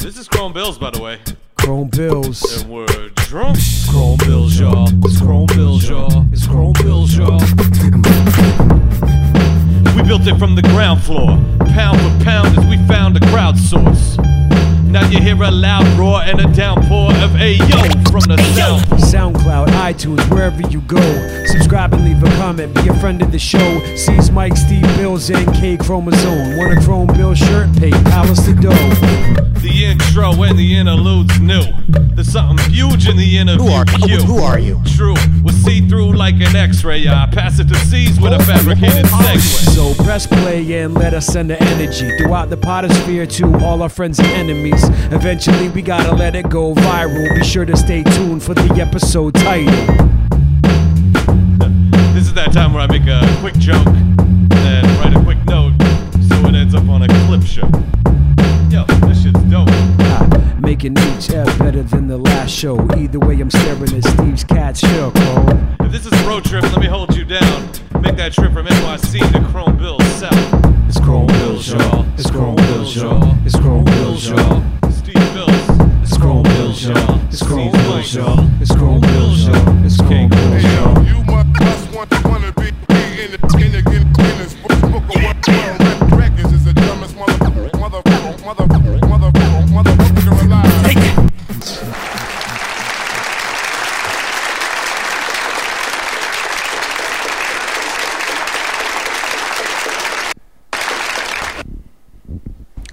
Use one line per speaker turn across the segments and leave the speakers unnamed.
This is Chrome Bills, by the way.
Chrome Bills.
And we're drunk.
Chrome Bills, y'all. It's Chrome Bills, y'all. It's Chrome Bills, y'all.
We built it from the ground floor, pound for pound as we found a crowd source. Now you hear a loud roar and a downpour of Ayo from the sound.
SoundCloud, iTunes, wherever you go. Subscribe and leave a comment. Be a friend of the show. Seize Mike, Steve Bills, and K Chromosome. Want a Chrome Bill shirt? Pay Palace the dough.
The intro and the interlude's new. There's something huge in the interview.
Who are-
queue.
who are you?
True, we're see through like an x ray. I pass it to C's with a fabricated segue.
So press play and let us send the energy throughout the potosphere to all our friends and enemies. Eventually, we gotta let it go viral. Be sure to stay tuned for the episode title.
This is that time where I make a quick joke and then write a quick note so it ends up on a clip show. Yo, this shit's dope.
Ah, Making each F better than the last show. Either way, I'm staring at Steve's cat shook. Oh,
If this is a road trip, let me hold you down. Make that trip from NYC to Croneville South.
it's Chrome Bills, y'all. It's Chrome Bills, y'all. It's Chrome Bills, y'all.
Steve Bills.
It's Chrome Bills, y'all. It's Chrome Bills, y'all. It's Chrome Bills, y'all. It's Chrome Bills,
Hey,
y'all.
yo, you mu- must want to wanna be be in the in the in the Guinness book book of world World Rec- records is the dumbest motherfucker motherfucker motherfucker motherfucker motherfucker alive.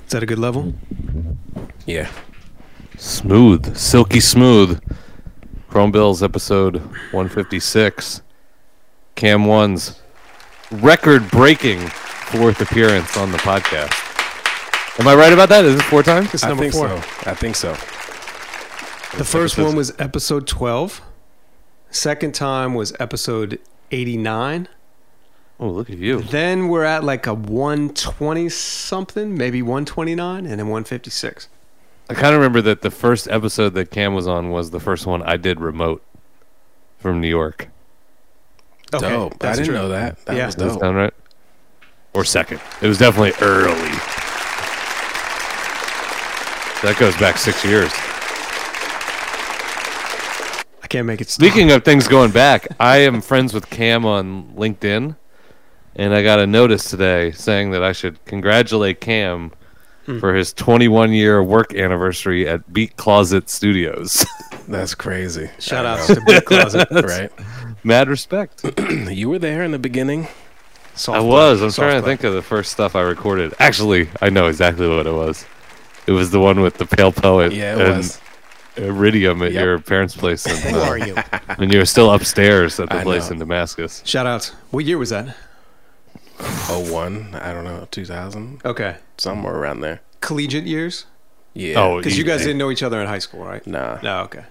Is that a good level?
Yeah.
Smooth, silky smooth. Chrome Bills episode 156. Cam One's record breaking fourth appearance on the podcast. Am I right about that? Is it four times?
It's
I
number
think
four.
so. I think so.
The first
episodes.
one was episode 12. Second time was episode 89.
Oh, look at you.
Then we're at like a 120 something, maybe 129, and then 156.
I kind of remember that the first episode that Cam was on was the first one I did remote from New York.
Okay,
dope. I
that's
didn't
true.
know that. That
Yeah.
was
Does that
dope.
sound right? Or second. It was definitely early. That goes back six years.
I can't make it. Stop.
Speaking of things going back, I am friends with Cam on LinkedIn, and I got a notice today saying that I should congratulate Cam
Hmm.
for his 21 year work anniversary at Beat Closet Studios.
That's crazy.
shout outs to Beat Closet.
right.
Mad respect.
You were there in the beginning.
Soft
I
play,
was. I'm
soft
trying to
play.
think of the first stuff I recorded. Actually, I know exactly what it was. It was the one with the Pale Poet
Yeah, it
and
was.
Iridium at
Yep.
your parents' place. And,
Who
uh,
are you?
and you were still upstairs at the
I
place
know.
in Damascus.
Shout outs. What year was that?
Oh one. I don't know. Two thousand.
Okay.
Somewhere around there.
Collegiate years?
Yeah.
Oh,
Because you guys
eh?
evening.
didn't know each other in high school, right?
Nah.
No, okay.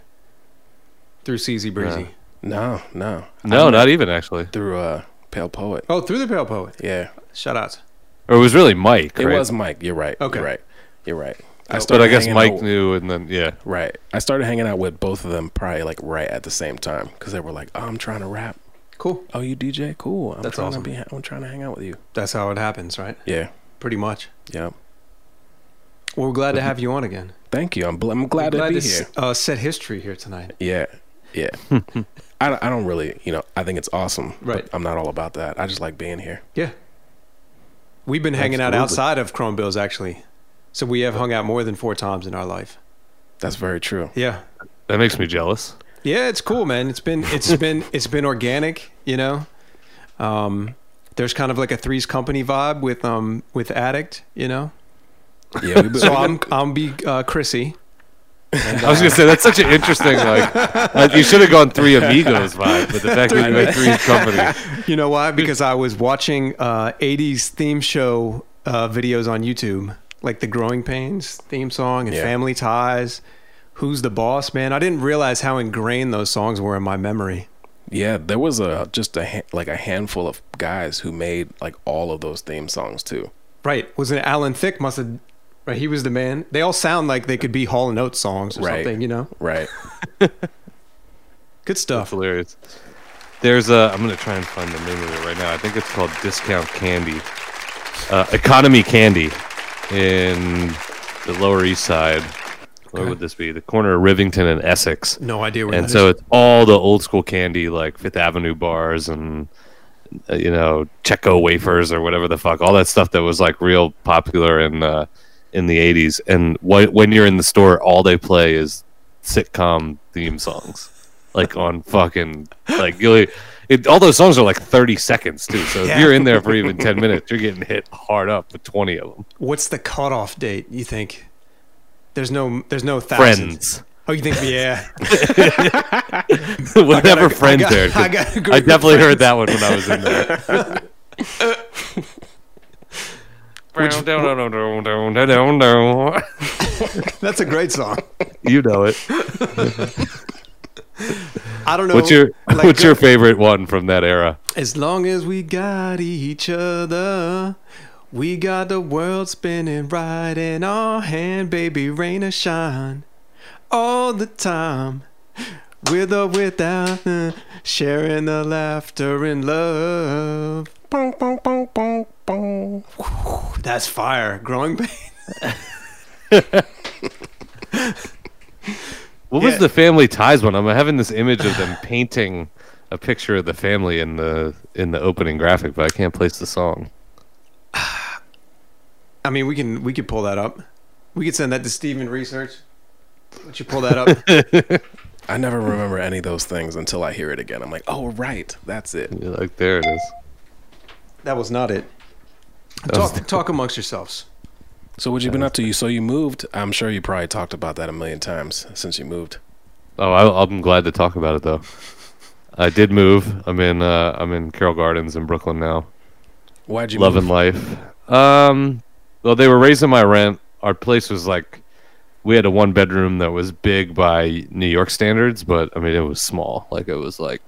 Through CZ Breezy.
No. No.
No, not even actually.
Through uh, Pale Poet.
Oh, through the Pale Poet.
Yeah.
Shout outs.
Or it was really Mike.
It
right?
was Mike. You're right.
Okay.
You're right. You're right.
But I guess
hanging
Mike
out-
knew, and then yeah,
Right. I started hanging out with both of them probably like right at the same time because they were like, oh, I'm trying to rap.
Cool.
Oh, you DJ? Cool. I'm
That's
trying
awesome.
To be, I'm trying to hang out with you.
That's how it happens, right?
Yeah.
Pretty much.
Yeah.
Well, we're glad to have you on again.
Thank you. I'm, bl- I'm glad,
Glad
to be
s-
here.
Uh, set history here tonight.
Yeah. Yeah. I, don't, I don't really, you know, I think it's awesome. but
Right.
I'm not all about that. I just like being here.
Yeah. We've been hanging out outside of Chrome Bills, actually. So we have hung out more than four times in our life.
That's very true.
Yeah.
that makes me jealous.
Yeah, it's cool, man. It's been it's been it's been organic, you know. Um, there's kind of like a Three's Company vibe with um with Addict, you know.
Yeah. We've been,
So I'm I'm be uh, Chrissy.
I was gonna say that's such an interesting like. like you should have gone three amigos vibe, but the fact that you had three company.
You know why? Because I was watching uh, 80s theme show uh, videos on YouTube, like the Growing Pains theme song and
Yeah.
Family Ties. Who's the boss, man? I didn't realize how ingrained those songs were in my memory.
yeah. There was a just a ha- like a handful of guys who made like all of those theme songs too.
Right? Was it Alan Thicke? Must have. Right? He was the man. They all sound like they could be Hall and Oates songs or
Right.
something. You know,
Right.
good
That's
stuff.
hilarious. There's a. I'm gonna try and find the name of it right now. I think it's called Discount Candy, uh, Economy Candy, in the Lower East Side, Where would this be? The corner of Rivington and Essex.
No idea where
and
that
so
is.
it's all the old school candy like Fifth Avenue bars and uh, you know Checo wafers or whatever the fuck, all that stuff that was like real popular in uh, in the '80s. And wh- when you're in the store, all they play is sitcom theme songs, like on fucking like you'll. It, all those songs are like 30 seconds too. So if you're in there for even 10 minutes, you're getting hit hard up with 20 of them.
What's the cutoff date? You think? There's no. There's no thousands.
Friends.
Oh, you think? Yeah.
Whatever
I
friends
got-
there.
I got a group
I
of
definitely heard that one when I was in there.
That's a great song.
you know it.
I don't know.
What's your
like,
What's your favorite one from that era?
As long as we got each other, we got the world spinning right in our hand, baby, rain or shine, all the time. With or without, uh, sharing the laughter and love. Boom, boom, boom, boom, boom. Whew, That's fire. Growing pain.
What
Yeah.
was the Family Ties one? I'm having this image of them painting a picture of the family in the in the opening graphic, but I can't place the song.
I mean, we can we could pull that up. We could send that to Steven Research. Why don't you pull that up?
I never remember any of those things until I hear it again. I'm like, oh right, that's it.
You're like, there it is.
that was not it.
That was
Talk, talk amongst yourselves.
So what you been up to? You so you moved. I'm sure you probably talked about that a million times since you moved.
Oh, I, I'm glad to talk about it though. I did move. I'm in. Uh, I'm in Carroll Gardens in Brooklyn now.
Why'd you
loving
move?
life. Um, well, they were raising my rent. Our place was like, we had a one bedroom that was big by New York standards, but I mean it was small. Like it was like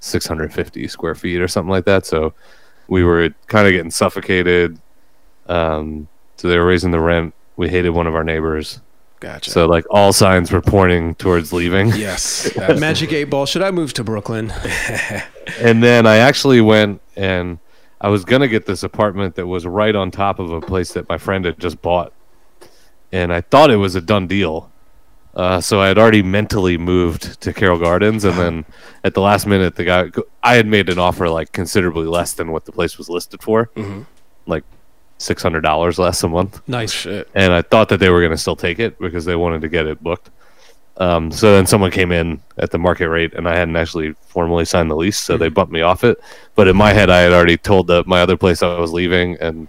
650 square feet or something like that. So we were kind of getting suffocated. Um, so they were raising the rent. We hated one of our neighbors.
Gotcha.
So like all signs were pointing towards leaving.
yes, that-
Magic eight ball. Should I move to Brooklyn?
and then I actually went and I was gonna get this apartment that was right on top of a place that my friend had just bought, and I thought it was a done deal. Uh, so I had already mentally moved to Carroll Gardens, and then at the last minute, the guy I had made an offer like considerably less than what the place was listed for, like six hundred dollars less a month
Nice.
Oh, shit.
and I thought that they were going to still take it because they wanted to get it booked. Um, so then someone came in at the market rate, and I hadn't actually formally signed the lease, so they bumped me off it. But in my head, I had already told the, my other place I was leaving, and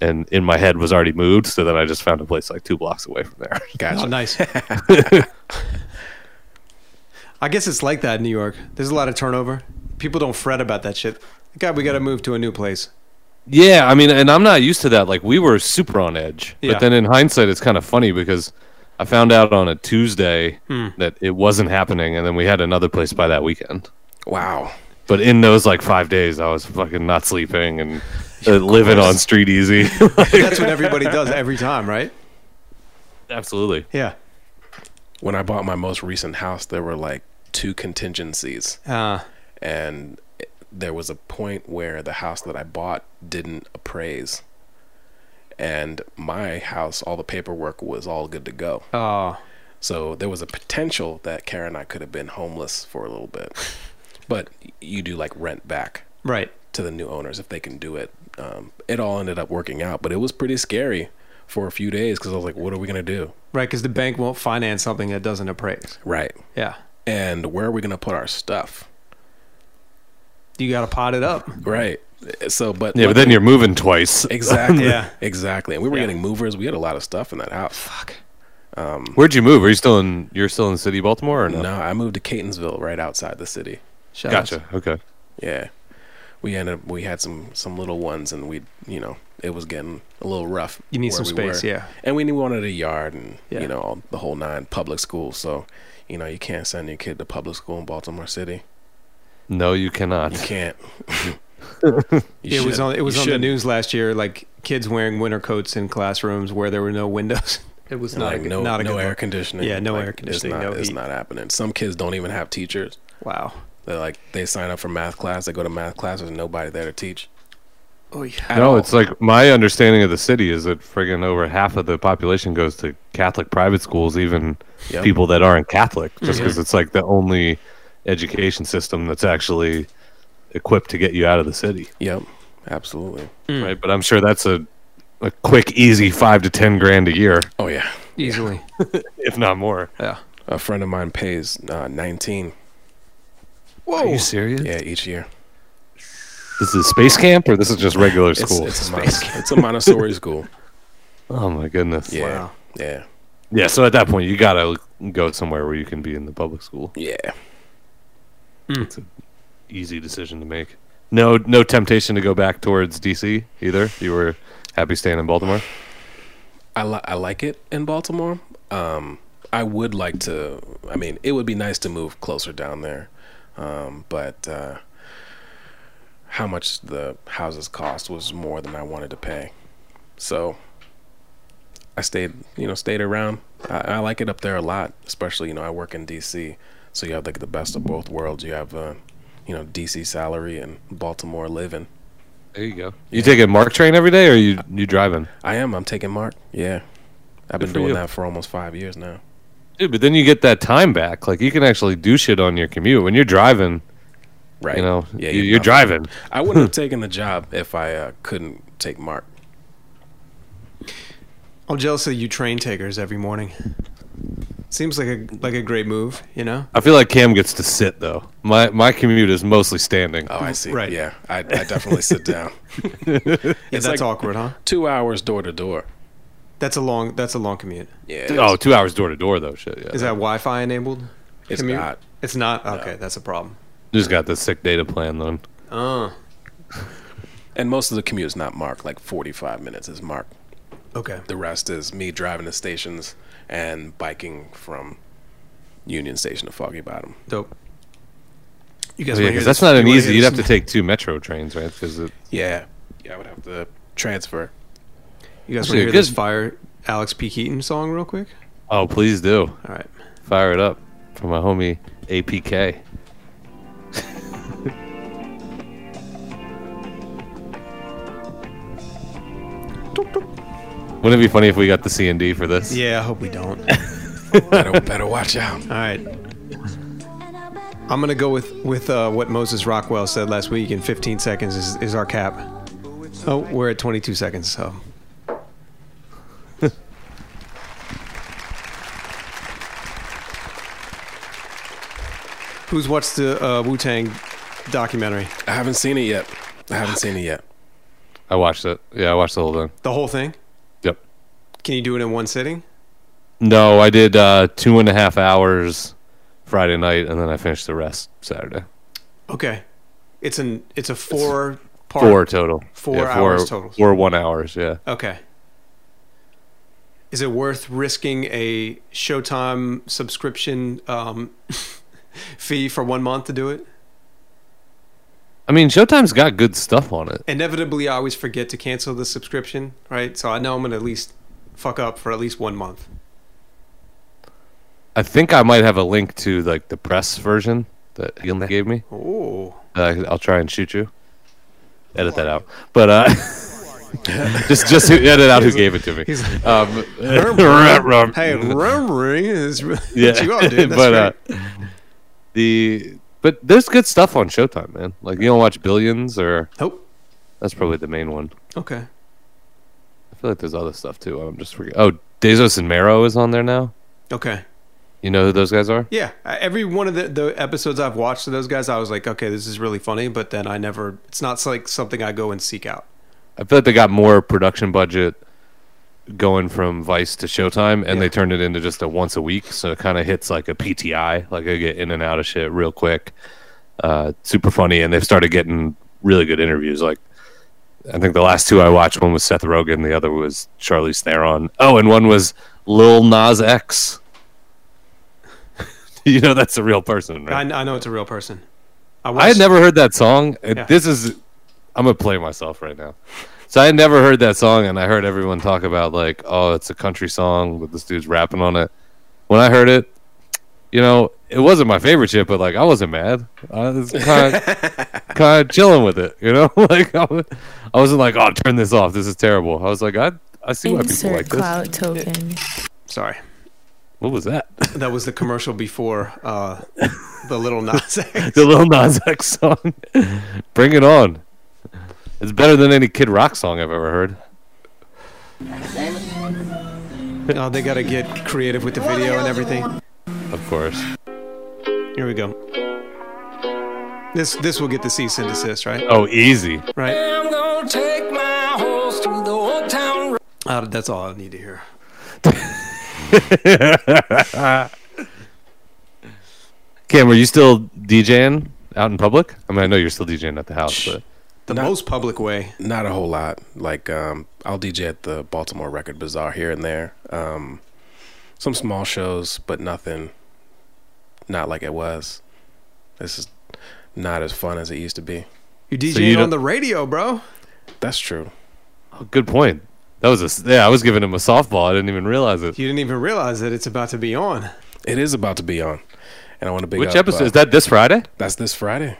and in my head was already moved. So then I just found a place like two blocks away from there.
Oh,
Gotcha.
nice. I guess it's like that in New York. There's a lot of turnover. People don't fret about that shit. God, we got to move to a new place.
Yeah, I mean, and I'm not used to that. Like we were super on edge,
Yeah.
but then in hindsight, it's kind of funny because I found out on a Tuesday that it wasn't happening, and then we had another place by that weekend.
Wow.
But in those like five days, I was fucking not sleeping and uh, living on street easy.
That's what everybody does every time, right?
Absolutely.
Yeah.
When I bought my most recent house, there were like two contingencies,
Uh,
and it- there was a point where the house that I bought didn't appraise, and my house, all the paperwork was all good to go.
oh,
So there was a potential that Karen and I could have been homeless for a little bit, but you do like rent back.
right.
to the new owners if they can do it. Um, it all ended up working out, but it was pretty scary for a few days because I was like, what are we going to do?
Right, because the bank won't finance something that doesn't appraise.
Right.
Yeah.
And where are we going to put our stuff?
You got to pot it up.
Right. So, but
Yeah, but then you're moving twice.
exactly,
Yeah.
exactly. And we were getting movers. We had a lot of stuff in that house. Fuck.
Where'd you move? Are you still in? You're still in the city, of Baltimore, or no?
No, I moved to Catonsville, right outside the city.
Shout outs.
Gotcha. Okay.
Yeah. We ended up, we had some, some little ones and we, you know, it was getting a little rough.
You need
where
some
we
space,
were.
yeah.
and we wanted a yard and
Yeah.
you know all- the whole nine public schools so you know you can't send your kid to public school in baltimore city
No, you cannot.
you can't You
it was
should.
on. It was
You
on the
should.
news last year. Like kids wearing winter coats in classrooms where there were no windows. It was
And,
not
like,
a good,
no,
not a
no
good
air
look.
conditioning
Yeah, no
Like,
air conditioning.
it's, not,
no
it's
heat.
not happening some kids don't even have teachers
Wow.
they're like they sign up for math class they go to math class there's nobody there to teach Oh yeah.
No, it's like my understanding of the city is that friggin' over half of the population goes to Catholic private schools, even
Yep.
people that aren't Catholic, just because it's like the only education system that's actually equipped to get you out of the city,
Yep. Absolutely.
right? But I'm sure that's a a quick, easy five to ten grand a year,
Oh yeah.
Easily.
if not more.
Yeah.
A friend of mine pays uh, 19.
Whoa.
Are you serious?
Yeah, each year.
This is space camp, or this is just regular
It's,
school?
it's, a, mon- it's a Montessori school.
oh my goodness!
Yeah.
Wow.
Yeah.
yeah. So at that point, you gotta go somewhere where you can be in the public school.
Yeah.
easy decision to make. No, no temptation to go back towards DC either. You were happy staying in Baltimore.
I, li- I like it in Baltimore. Um, I would like to. I mean, it would be nice to move closer down there, um, but uh, how much the houses cost was more than I wanted to pay. So I stayed, you know, stayed around. I, I like it up there a lot, especially you know I work in D.C. So you have like the best of both worlds. You have, uh, you know, D.C. salary and Baltimore living.
There you go. You take a Mark train every day, or you you driving?
I am. I'm taking Mark. Yeah, I've been
for
doing
you.
that for almost five years now.
Dude, but then you get that time back. Like you can actually do shit on your commute when you're driving.
Right.
You know,
Yeah,
you,
you're
you're
not-
driving.
I wouldn't have taken the job if I uh, couldn't take Mark.
I'm jealous of you train takers every morning. Seems like a like a great move, you know?
I feel like Cam gets to sit though. My my commute is mostly standing.
Oh, I see.
Right.
Yeah, I, I definitely sit down.
Yeah, that's
It's like-
awkward, huh?
Two hours door to door.
That's a long that's a long commute.
Yeah.
Oh, two hours door to door though. Shit, yeah.
Is that Wi-Fi enabled?
Uh, It's not.
It's not. Okay, that's a problem.
Just got the sick data plan then.
Uh.
Oh,
and most of the commute is not Mark. Like forty-five minutes is Mark.
okay.
The rest is me driving to stations and biking from Union Station to Foggy Bottom.
Dope. You guys,
Oh, yeah,
wanna hear
'cause that's
this-
not
you
an
wanna
easy.
hear
You'd have
this-
to take two metro trains, right? Because it
Yeah. Yeah, I would have to transfer.
You guys want
Actually,
to hear
a
this
good-
fire Alex P Keaton song real quick?
Oh, please do.
All right.
Fire it up for my homie APK. Wouldn't it be funny if we got the C and D for this?
Yeah, I hope we don't.
better, better watch out.
All right. I'm gonna go with with uh, what Moses Rockwell said last week. In 15 seconds is, is our cap. Oh, we're at 22 seconds. So who's watched the uh, Wu Tang documentary?
I haven't seen it yet. I haven't seen it yet.
I watched it. Yeah, I watched the whole thing.
The whole thing?
Yep.
Can you do it in one sitting?
No, I did uh, two and a half hours Friday night, and then I finished the rest Saturday.
Okay. It's an it's a four part.
Four total.
Four
Yeah,
hours total.
Four one hours. Yeah.
Okay. Is it worth risking a Showtime subscription um, fee for one month to do it?
I mean, Showtime's got good stuff on it.
Inevitably, I always forget to cancel the subscription, right? So I know I'm going to at least fuck up for at least one month.
I think I might have a link to like the press version that he gave me.
Oh,
Uh, I'll try and shoot you. Edit that out. But uh, just just who- edit out who gave it to me.
he's like,
Um,
hey, remembering is
yeah.
you are, dude. That's
but uh, the but there's good stuff on Showtime, man. Like you don't watch Billions, or
Nope.
that's probably the main one.
Oh, Okay.
I feel like there's other stuff too. I'm just forget. Oh, Dezos and Mero is on there now.
Okay.
You know who those guys are?
Yeah. I- Every one of the, the episodes I've watched of those guys, I was like, okay, this is really funny, but then I never, it's not like something I go and seek out.
I feel like they got more production budget going from Vice to Showtime, and they turned it into just a once a week, so it kind of hits like a PTI, like they get in and out of shit real quick. Uh, super funny, and they've started getting really good interviews. Like, I think the last two I watched, one was Seth Rogen, the other was Charlize Theron. Oh, and one was Lil Nas X. you know that's a real person, right?
I, I know it's a real person.
I had
watched-
never heard that song. and
Yeah.
This is, I'm gonna play myself right now. So I had never heard that song, and I heard everyone talk about like, oh, it's a country song with this dude's rapping on it. When I heard it, you know, it wasn't my favorite shit, but like I wasn't mad. I was kind of kind of chilling with it, you know. like I, was, I wasn't like, oh, turn this off. This is terrible. I was like, I I see why people
Insert
like this.
clout token.
Sorry.
What was that?
That was the commercial before uh, the little Nas X.
the Lil Nas X song. Bring it on. It's better than any Kid Rock song I've ever heard.
Oh, they got to get creative with the video and everything.
Of course.
Here we go. This this will get the cease and desist, right?
Oh, easy.
Right.
I'm gonna take my horse to the old town road.
Uh, that's all I need to hear.
Cam, are you still DJing out in public? I mean, I know you're still DJing at the house, but
The
Not-
most public way.
Not a whole lot. Like um, I'll DJ at the Baltimore Record Bazaar here and there. Um, some small shows, but nothing. Not like it was. This is not as fun as it used to be.
You DJ
you
on
don't-
the radio, bro.
That's true.
Oh, good point. That was a s- yeah. I was giving him a softball. I didn't even realize it.
You didn't even realize that it's about to be on.
It is about to be on, and I want to big
Which
up,
episode
uh,
is that? This Friday.
That's this Friday.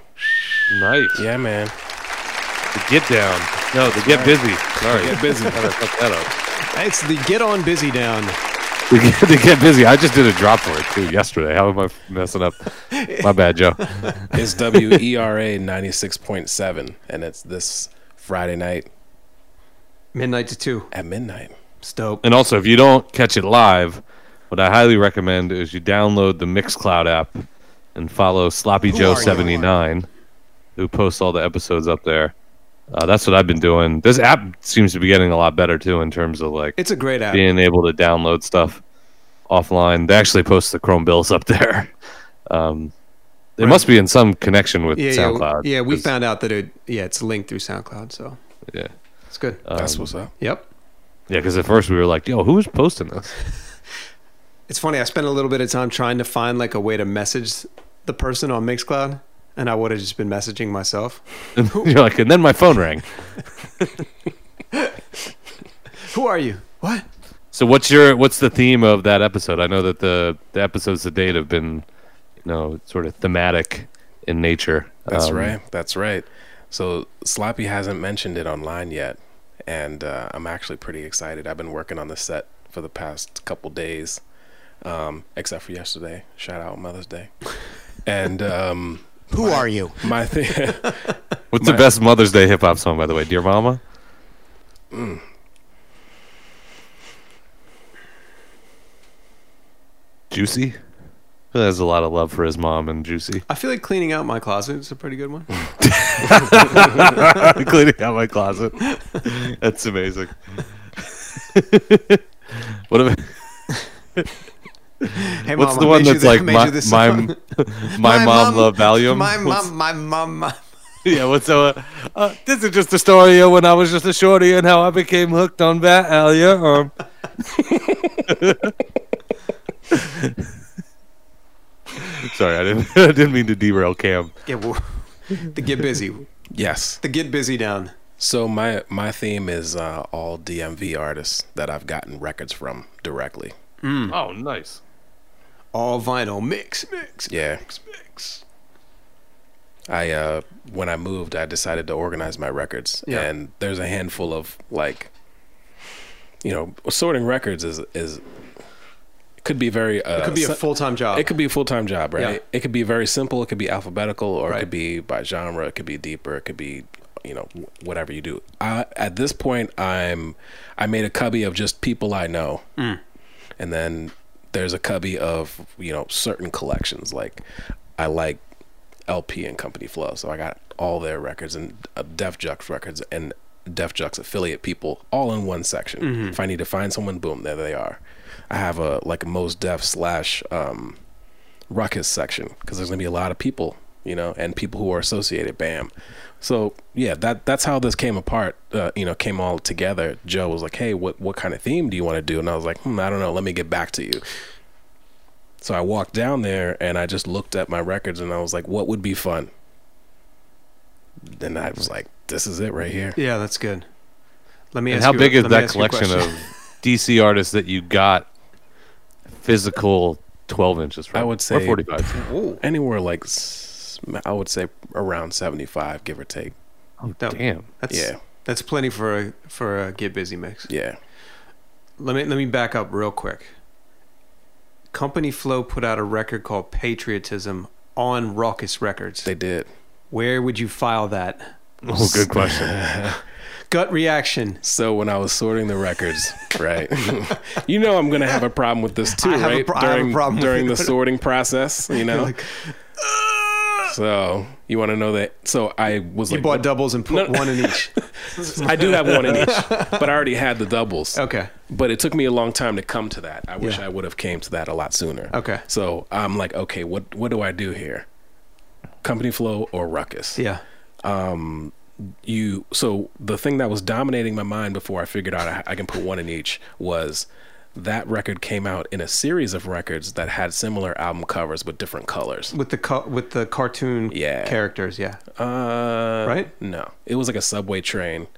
Nice.
Yeah, man.
The get down. No, the get busy. Sorry,
Get busy.
I gotta fuck that up.
It's the get on busy down.
The get, the get busy. I just did a drop for it too yesterday. How am I messing up? My bad, Joe.
It's WERA ninety six point seven, and it's this Friday night
Midnight to two.
at midnight.
It's dope.
And also, if you don't catch it live, what I highly recommend is you download the Mixcloud app and follow Sloppy Joe seventy nine, who posts all the episodes up there. Uh, that's what I've been doing. This app seems to be getting a lot better too in terms of like
It's a great app.
being able to download stuff offline. They actually post the Chrome bills up there. Um, it must be in some connection with
yeah,
SoundCloud.
Yeah, yeah, we
'cause-
found out that it yeah, it's linked through SoundCloud, so
Yeah,
it's good.
That's
Um,
what's up.
yep.
yeah, because at first we were like, "Yo, who's posting this?"
It's funny, I spent a little bit of time trying to find like a way to message the person on Mixcloud and I would have just been messaging myself.
And you're like, and then my phone rang.
Who are you? What?
So what's your what's the theme of that episode? I know that the the episodes to date have been, you know, sort of thematic in nature.
That's
Um,
right. That's right. So Sloppy hasn't mentioned it online yet, and uh, I'm actually pretty excited. I've been working on the set for the past couple days, um, except for yesterday. Shout out Mother's Day. And um,
Who are you?
my thing,
What's
My-
the best Mother's Day hip hop song, by the way? Dear Mama.
Hmm.
Juicy. He has a lot of love for his mom and Juicy.
I feel like cleaning out my closet is a pretty good one.
Cleaning out my closet. That's amazing. what about,
Hey,
what's
Mom,
the
I
one
made you
that's
the-
like
made
my
you this
my,
song.
my, mom, loved Valium?
My
What's-
mom, my mom. my-
Yeah, what's uh, uh this is just a story of when I was just a shorty and how I became hooked on Valium. Um, Sorry, I didn't I didn't mean to derail Cam.
Yeah, well, the get busy,
yes.
the get busy down.
So my my theme is uh, all DMV artists that I've gotten records from directly.
Oh, nice.
All vinyl mix, mix,
Yeah.
mix, mix.
I uh when I moved, I decided to organize my records,
Yeah.
and there's a handful of like, you know, sorting records is is could be very uh,
It could be a
si-
full time job.
it could be a full time job, right?
Yeah.
It could be very simple, it could be alphabetical, or
Right.
it could be by genre, it could be deeper, it could be you know wh- whatever you do. I, at this point, I'm I made a cubby of just people I know,
Mm.
and then there's a cubby of you know certain collections like I like LP and Company Flow, so I got all their records and uh, Def Jux records and Def Jux affiliate people all in one section.
Mm-hmm.
If I need to find someone, boom, there they are. I have a like most Def slash um, ruckus section because there's gonna be a lot of people, you know, and people who are associated. Bam. So yeah, that that's how this came apart. Uh, you know, came all together. Joe was like, "Hey, what what kind of theme do you want to do?" And I was like, hmm, "I don't know. Let me get back to you." So I walked down there and I just looked at my records and I was like, "What would be fun?" Then I was like, "This is it right here."
yeah, that's good. Let me.
And
ask
how
you a-
big is
let me
that
ask you a
collection
question.
of DC artists that you got physical 12 inches from
I
it,
would
or
say-
45.
Anywhere like s- I would say around 75, give or take.
No,
Damn.
Oh, That's,
Yeah.
That's plenty for a for a get busy mix.
Yeah.
Let me let me back up real quick. Company Flow put out a record called Patriotism on Raucous Records.
They did.
Where would you file that?
Oh, good question.
Gut reaction.
So when I was sorting the records, right? you know I'm going to have a problem with this too,
I have a
right?
pro- I have a
during
problem with
during
it.
the sorting process, you know.
Like, uh.
so you want to know that? So I was
you
like,
bought doubles and put
No.
one in each.
I do have one in each, but I already had the doubles.
Okay.
But it took me a long time to come to that. I wish
Yeah.
I would have came to that a lot sooner.
Okay.
So I'm like, okay, what what do I do here? Company flow or ruckus?
Yeah.
um you so the thing that was dominating my mind before i figured out I, I can put one in each was that record came out in a series of records that had similar album covers but different colors
With the co- with the cartoon
Yeah.
characters, yeah.
uh
Right?
no it was like a subway train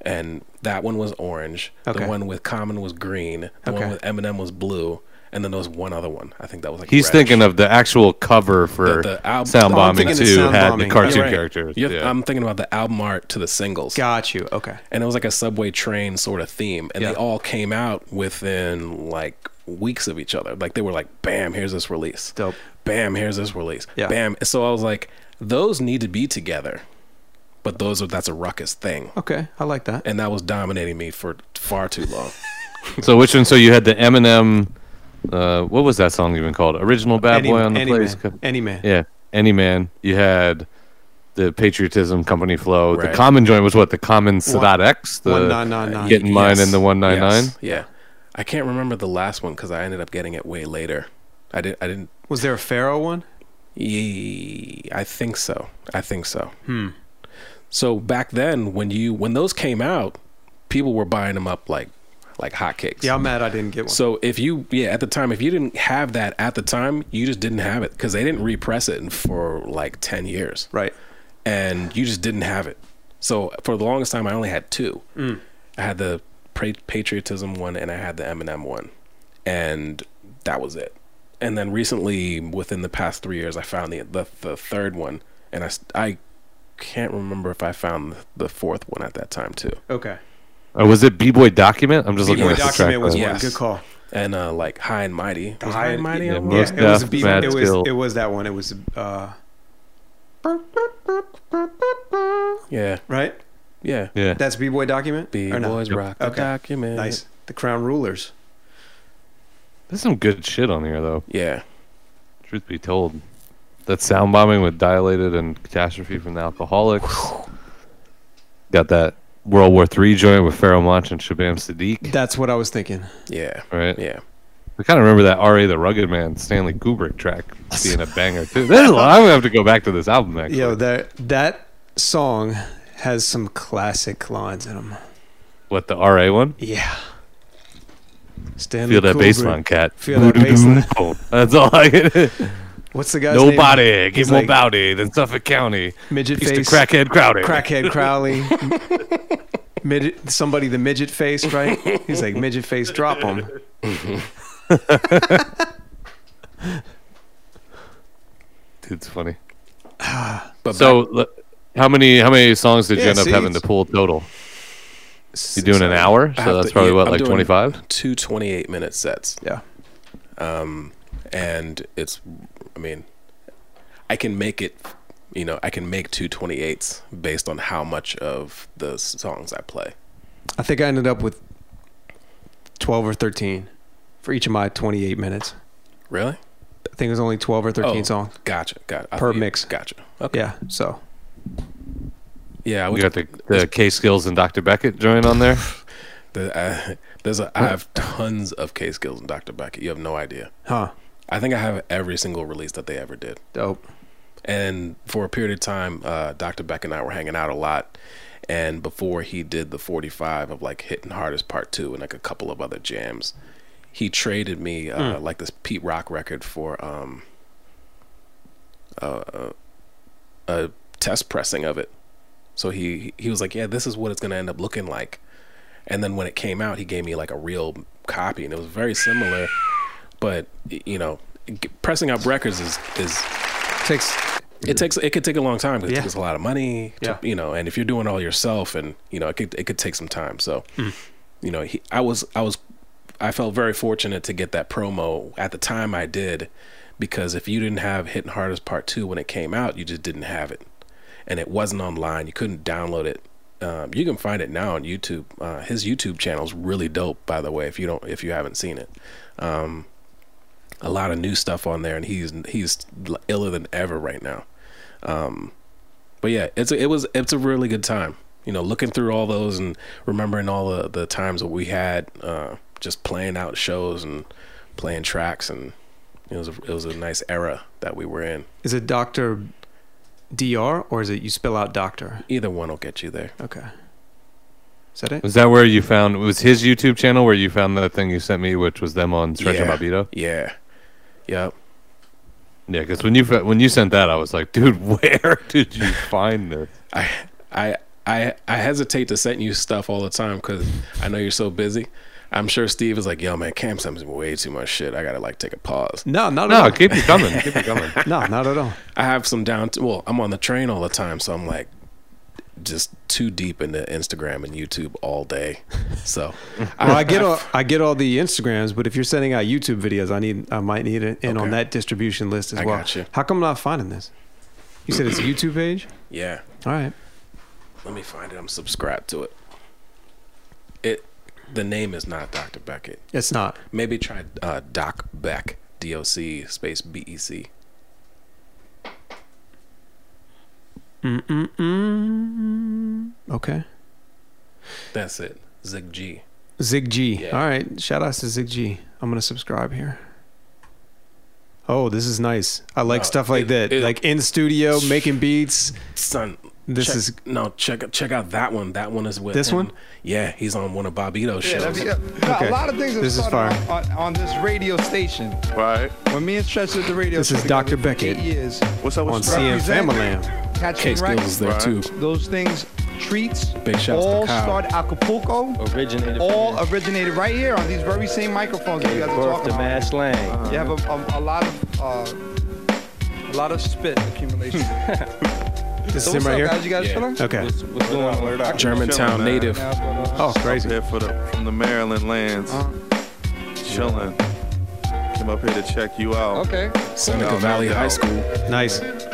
and that one was orange
Okay.
the one with common was green the
Okay.
one with eminem was blue and then there was one other one i think that was like
He's
red.
thinking of the actual cover for
The- the album-
Sound
Oh, I'm
Bombing
thinking
2
it's Sound
had
Bombing.
the cartoon
You're right.
characters.
You're-
yeah.
i'm thinking about the album art to the singles
Got you. Okay.
and it was like a subway train sort of theme and they all came out within like weeks of each other like they were like bam here's this release
Dope.
bam here's this release
Yeah.
bam so i was like those need to be together but those are that's a ruckus thing
Okay. I like that.
and that was dominating me for far too long
So which one? So you had the Eminem. Uh, what was that song even called? Original Bad
any,
Boy on the
any
Plays.
man. Any man.
Yeah, Any Man. You had the Patriotism Company Flow.
Right.
The Common joint was what the Common Sadat X. The
One nine nine nine.
Getting Mine
Yes.
and the One Nine Nine.
Yes. yeah i can't remember the last one because i ended up getting it way later i didn't i didn't
Was there a Pharaoh one?
Ye- I think so. I think so. Hmm. So back then, when you when those came out, people were buying them up like like hotcakes.
Yeah, I'm mad I didn't get one.
So if you yeah at the time if you didn't have that at the time you just didn't have it because they didn't repress it for like ten years
right.
and you just didn't have it. So for the longest time I only had two. I had the pra- patriotism one and I had the Eminem one, and that was it. And then recently, within the past three years, I found the the, the third one, and I s- I can't remember if I found the- the fourth one at that time too.
Okay.
Or was it B Boy Document? I'm just
B-boy
looking at the track.
document was
list.
yeah.
one.
Yes.
Good call.
And uh, like High and Mighty, was High and Mighty.
Yeah,
Yeah,
on one?
most
it was
Def,
B-
Mad
it was
Skill.
it was that one. It was uh,
yeah,
right.
yeah.
Yeah.
That's B boy document.
B
Or no?
boys rock the
Okay.
document.
Nice. The Crown Rulers.
There's some good shit on here though.
Yeah,
Truth be told, that sound bombing with dilated and catastrophe from the alcoholics. Got that World War Three joint with Pharaoh Monch and Shabam Sadiq.
That's what I was thinking.
yeah,
Right.
yeah.
I kind of remember that R.A. the Rugged Man Stanley Kubrick track being a banger too. There's a lot. I'm gonna have to go back to this album actually.
Yo, that that song has some classic lines in them.
What the R.A. one?
Yeah. Stanley
Feel that bass
Kubrick.
line, cat.
Feel that bass line.
Boom. That's all I get.
What's the guy's name?
Nobody give
He's
more
like-
bounty than Suffolk County.
Midget
Piece
face.
to crackhead crowded.
Crackhead Crowley. midget. Somebody the midget face, right? He's like midget face. Drop him.
Dude's funny.
But
So, l- how many how many songs did you
Yeah,
end up
see,
having to
it's-
pull total?
S-
You're doing an hour,
I have
so that's
to-
probably
yeah,
what
I'm
like
doing
twenty five.
two 28 minute sets. Um,
Yeah.
and it's i mean i can make it you know i can make two 28s based on how much of the s- songs i play
I think I ended up with 12 or 13 for each of my 28 minutes.
really
I think it was only 12 or 13
Oh,
songs.
gotcha got I
Per
thought you-
mix.
gotcha okay
Yeah, so
yeah,
We
we
got the, the K Skills and Dr Beckett joint on there.
the, I, there's a i have tons of k skills and dr beckett you have no idea
huh?
i think i have every single release that they ever did
Dope.
and for a period of time uh, dr beck and i were hanging out a lot and before he did the 45 of like hitting hardest part two and like a couple of other jams he traded me uh, like this pete rock record for um uh, a test pressing of it so he he was like yeah this is what it's going to end up looking like and then when it came out he gave me like a real copy and it was very similar but y- you know g- pressing up records is is
Takes
it takes it could take a long time 'cause
Yeah.
it takes a lot of money to-
Yeah.
you know and if you're doing all yourself and you know it could it could take some time so
Hmm.
you know he, i was i was i felt very fortunate to get that promo at the time i did because if you didn't have hitting hardest part two when it came out you just didn't have it and it wasn't online you couldn't download it um, you can find it now on youtube uh, his youtube channel is really dope by the way if you don't if you haven't seen it um, a lot of new stuff on there and he's he's iller than ever right now um but yeah it's a, it was it's a really good time you know looking through all those and remembering all the the times that we had uh just playing out shows and playing tracks and it was a, it was a nice era that we were in
is it Doctor Dr. or is it you spell out Doctor?
either one will get you there
Okay, is that it?
Was that where you found? Was his YouTube channel where you found that thing you sent me, which was them on Stretch
Yeah.
and Bobito?
yeah yep
Yeah, because when you fa- when you sent that, I was like, dude, where did you find this?
i i i, I hesitate to send you stuff all the time because i know you're so busy i'm sure steve is like yo man cam sends me way too much shit i gotta like take a pause
No, not at
No,
all.
keep it coming, keep it coming.
No, not at all.
I have some down. well, I'm on the train all the time, so I'm like just too deep into Instagram and YouTube all day. So
Well, I get all I get all the Instagrams, but if you're sending out YouTube videos, I need I might need it in
Okay.
on that distribution list as
I
well.
got you.
How come I'm not finding this? You said it's a YouTube page.
yeah,
All right,
let me find it. I'm subscribed to it. It the name is not Dr. Beckett.
it's not.
Maybe try uh, Doc Beck. D O C space B E C.
Okay,
That's it. Zig G.
Zig G.
Yeah.
All right, shout outs to Zig G. I'm gonna subscribe here. Oh, this is nice. I like
Uh,
stuff like
it-
that,
it-
like in studio making beats.
Son,
This
check-
is-
no check. Check out that one. That one is with
This
him.
one?
Yeah, he's on one of Bobito's
Yeah,
shows.
that'd be- yeah.
Okay.
A lot of things have
This is
started
fire.
on, on, on this radio station.
Right.
When me and Stretch did the radio
This
show
is Dr.
together for
Beckett
eight years,
What's up with
on
Stretch?
CM
Represent-
Family.
catching
Case Gills
wrecks,
is there
Right.
too.
those things, treats,
Big shouts to
all
Kyle.
start Acapulco,
Originated
all
from
originated right here on these very same microphones that you guys are
birth
talking
to
about.
mass slang.
You have a, a, a lot of uh, a lot of spit accumulation.
Hmm.
This
so
is him
what's
right
up,
here.
guys? You guys
Yeah.
feeling?
Okay.
What's, what's going on?
Germantown
Chilling, man.
native.
Yeah, but, uh,
Oh,
Up
crazy.
here for the, from the Maryland lands.
Oh.
Uh-huh.
Chilling. Came up here to check you out.
uh, okay.
Seneca
No,
Valley
no, no.
High School.
Nice.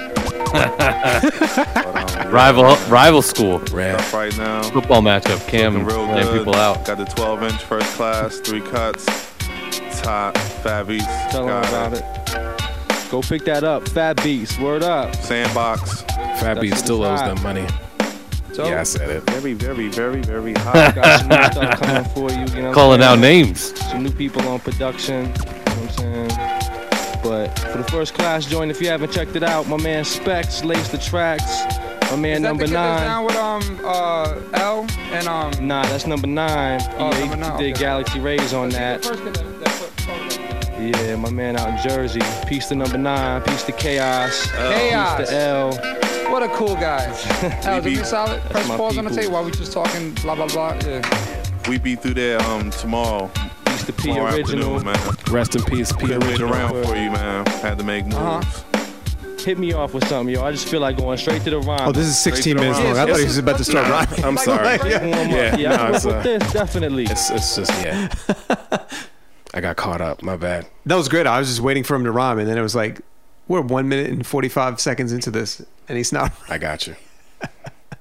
But, um,
Rival rival school
Rad.
Stuff right now.
football matchup. Cam
Looking real
ran
good.
people out.
Got the 12 inch first class, three cuts, top, fab eats,
Tell them
got
about
it.
it. Go pick that up. Fat Beats. Word up.
Sandbox.
Fat Beats still owes them money.
So,
Yeah, I said it.
Very, very, very, very hot.
Got some new stuff coming for you. you know what I'm
Calling
saying?
out names.
Some new people on production. You know what I'm saying? But for the first class joint, if you haven't checked it out, my man Specs laced the tracks. My
is
man
that
number
the kid that's
nine.
down with um uh L and um.
Nah, that's number nine.
Oh,
yeah,
number
he
nine,
did
okay.
Galaxy Rays on
Is he
that.
the first kid that- that put- oh,
Yeah, my man out in Jersey. Peace to number nine. Peace to Chaos.
Chaos.
Peace to L.
What a cool guy. Al, did we solid? Press
my
pause on the
people.
tape while we just talking blah blah blah. Yeah.
we be through there um, tomorrow.
Peace to P
Tomorrow
Original.
afternoon, man.
Rest in peace, P.
Couldn't wait
Original.
around for you, man. Had to make moves.
Uh-huh.
Hit me off with something, yo. I just feel like going straight to the rhyme.
Oh, this is 16 minutes long. I thought he was about to start rhyming.
I'm sorry.
Like,
Warm up.
Yeah,
Yeah,
no,
I grew
it's,
up
uh,
with this definitely.
It's, it's just, yeah. I got caught up. My bad.
That was great. I was just waiting for him to rhyme, and then it was like, we're one minute and 45 seconds into this, and he's not.
I got you.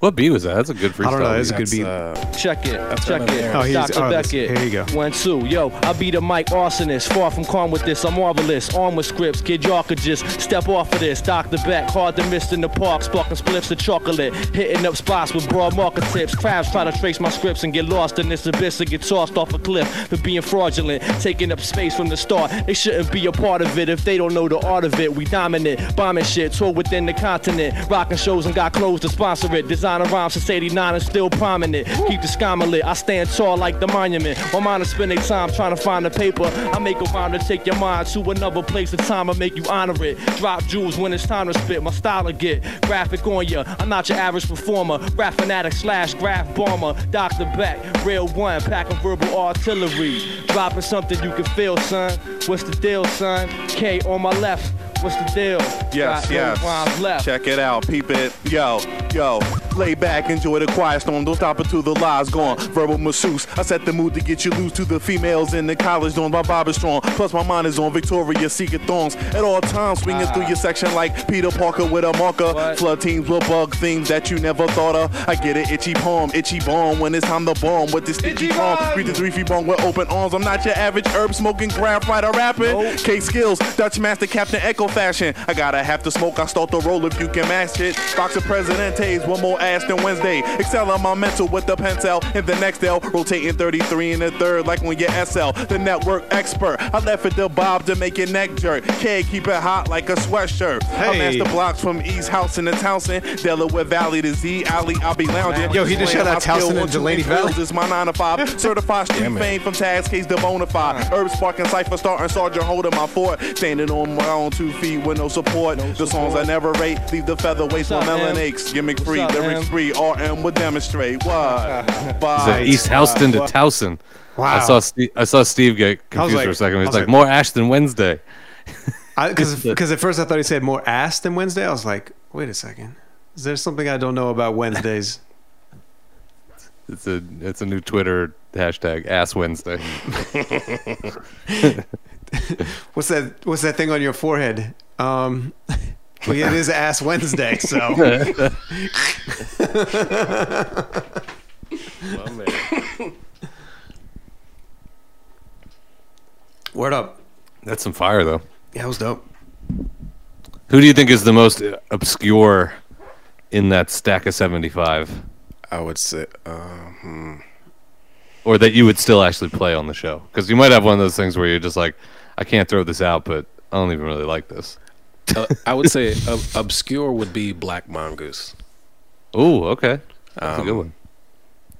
What B was that? That's a good freestyle.
I don't know. That's a
That's,
good beat.
uh,
Check it. Check
right
it.
there. Oh,
here's-
Dr.
oh, this-
Beckett.
here you go.
One, two. Yo, I be the mic arsonist. Far from calm with this. I'm marvelous. Arm with scripts. Kid y'all could just step off of this. Dr. Beck, hard to miss in the park. Sparking spliffs of chocolate. Hitting up spots with broad market tips. Crabs try to trace my scripts and get lost in this abyss and get tossed off a cliff for being fraudulent. Taking up space from the start. They shouldn't be a part of it if they don't know the art of it. We dominant. Bombing shit. Tour within the continent. Rocking shows and got clothes to sponsor it. Design designing rhymes since 89 and still prominent. Keep the sky lit, I stand tall like the monument. While mine spend their time trying to find the paper, I make a rhyme to take your mind to another place of time. I make you honor it. Drop jewels when it's time to spit. My style will get graphic on ya. I'm not your average performer. Rap fanatic slash graph bomber. Dr. Beck, real one, pack of verbal artillery. Dropping something you can feel, son. What's the deal, son? K on my left. What's the deal?
Yes,
Got no rhymes
yes.
left.
Check it out, peep it. Yo, yo. Lay back, enjoy the quiet storm. Don't stop until the lies gone. Verbal masseuse. I set the mood to get you loose to the females in the college dorm. My vibe is strong. Plus, my mind is on Victoria Secret thongs. At all times, swinging through
Ah.
your section like Peter Parker with a marker. Flood teams will bug things that you never thought of. I get an itchy palm, itchy bomb. When it's time to bomb with this sticky bomb. Read the three feet bong with open arms. I'm not your average herb smoking graph writer rapping. K skills, Dutch master, Captain Echo fashion. I gotta have to smoke, I start the roll if you can match it. Box of Presidentes, one more ass than Wednesday. Excel on my mental with the pencil and the next L. Rotating 33 in the third, like when you're SL, the network expert. I left it to Bob to make your neck jerk. K, keep it hot like a sweatshirt. I
Hey.
master blocks from East House to Townsend, Delaware Valley to Z Alley. I'll be lounging.
Yo, he just shout out
My skill
Townsend and
on two
Delaney
inch
Valley.
wheels is my 9 to 5. Certified street
Damn it.
fame fame from tags, case to bonafide. Herb sparking cipher starting sergeant holding my fort. Standing on my own two feet with no support. the songs I never rate, leave the featherweights on
up,
melon
man?
aches. Gimmick free,
up,
lyrics free, RM would demonstrate. What?
He said
Bye.
East Houston to
Bye.
Towson.
Wow.
I saw Steve, I saw Steve get confused
like-
for a second.
I
He's
was
like,
like-
more Ash than Wednesday.
Because at first I thought he said more ass than Wednesday. I was like, wait a second. Is there something I don't know about Wednesdays?
It's a it's a new Twitter hashtag Ass Wednesday.
what's that? What's that thing on your forehead? Um, well, yeah, it is Ass Wednesday, so. Word up.
That's some fire though.
Yeah, that was dope.
Who do you think is the most obscure in that stack of seventy five?
I would say, uh, hmm.
Or that you would still actually play on the show? Because you might have one of those things where you're just like, I can't throw this out, but I don't even really like this.
Uh, I would say ob- obscure would be Black Mongoose.
Ooh, okay. That's a good
Um,
one.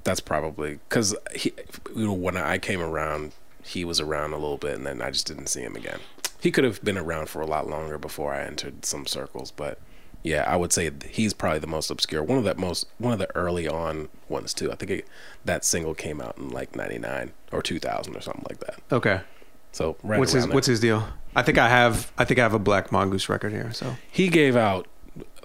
That's probably because you know when I came around, he was around a little bit, and then I just didn't see him again. He could have been around for a lot longer before I entered some circles, but yeah, I would say th- he's probably the most obscure, one of the most, one of the early on ones too. I think it, that single came out in like '99 or 2000 or something like that.
Okay.
So right
what's his
around there.
What's his deal? I think I have. I think I have a Black Mongoose record here. So.
He gave out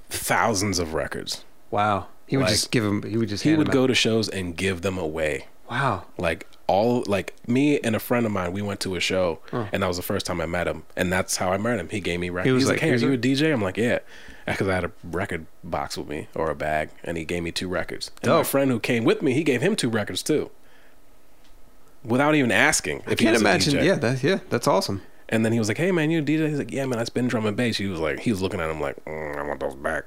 thousands of records.
Wow. He would just give him. He would just.
He
hand 'em
would
out.
go to shows and give them away.
Wow.
Like all like me and a friend of mine, we went to a show,
Huh.
and that was the first time I met him, and that's how I met him. He gave me records.
He
He
was
was,
like,
like, "Hey, are
"Here's
you
a-"
a DJ?" I'm like, "Yeah," because I had a record box with me or a bag, and he gave me two records. And my
Dope.
friend who came with me, he gave him two records too, without even asking.
I
if he
can't
was a
imagine.
DJ.
Yeah. That, yeah. That's awesome.
And then he was like, "Hey man, you a DJ?" He's like, "Yeah man, I spin drum and bass." He was like, he was looking at him like, mm, "I want those back."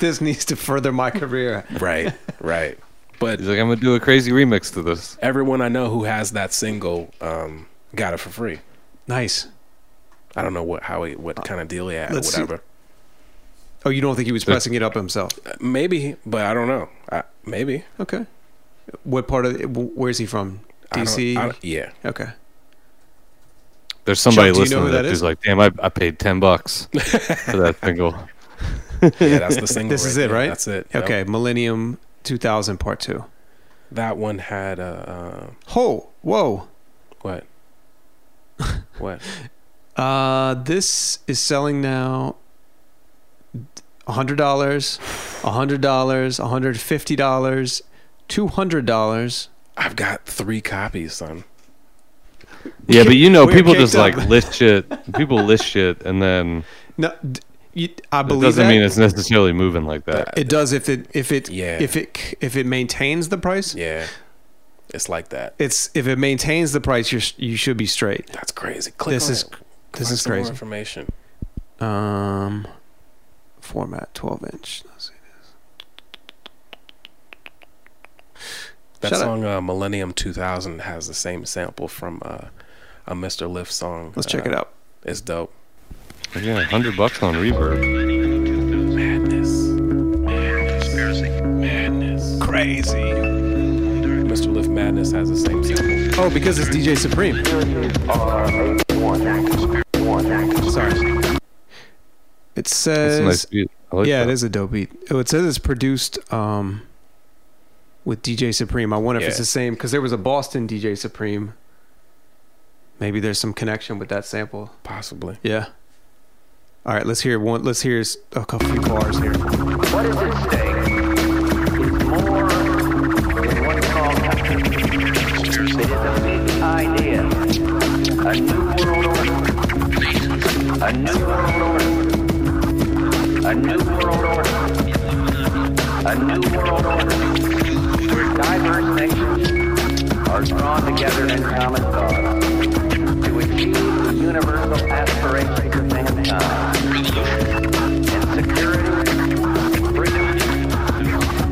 this needs to further my career.
Right, right. But
He's like, I'm gonna do a crazy remix to this.
everyone I know who has that single um, got it for free.
Nice.
I don't know what how he, what kind of deal he had, or
Uh, Let's see.
whatever.
Oh, you don't think he was pressing it up himself?
Uh, Maybe, but I don't know. I, maybe
Okay. What part of? wh- Where's he from?
I don't-
DC.
I don't- yeah,
Okay.
There's somebody
Chuck, do you know
listening
who
to that
that
who's
is?
like, damn, I, I paid ten bucks for that single.
yeah, that's the single.
This is it,
there.
right?
That's it. Yep.
Okay. Millennium 2000 Part Two.
That one had uh, uh
Ho! Whoa!
what? what?
Uh, this is selling now. Hundred dollars, hundred dollars, hundred fifty dollars, two hundred dollars.
I've got three copies, son.
Yeah, but you know,
We're
people
kicked
just like
up.
list shit. People list shit, and then
No, d- you, I
it
believe
doesn't
that.
mean it's necessarily moving like that.
it does if it if it
Yeah.
if it c- if it maintains the price.
Yeah, it's like that.
It's if it maintains the price, you you should be straight.
That's crazy. Click
this
on
is
it.
this
Find
is
some more
crazy.
information.
Um, format twelve inch. Let's see this.
That
Shut up.
song uh, Millennium 2000 has the same sample from uh, a Mr. Lift song.
Uh, Let's check it out.
It's dope.
Yeah, hundred bucks on reverb.
crazy. Mr. Lift Madness has the same sample.
Oh, because it's DJ Supreme. Sorry. It says.
That's a nice beat. I like
yeah,
that.
it is a dope beat. Oh, it says it's produced um, with DJ Supreme. I wonder if it's
Yeah.
the same because there was a Boston DJ Supreme. Maybe there's some connection with that sample.
Possibly.
Yeah. All right, let's hear one. Let's hear s- a couple few bars here.
What is at stake is more than one small country. It is a big idea. A new world order. A new world order. A new world order. A new world order. Where diverse nations are drawn together in common cause to achieve the universal aspirations of mankind. And security, freedom,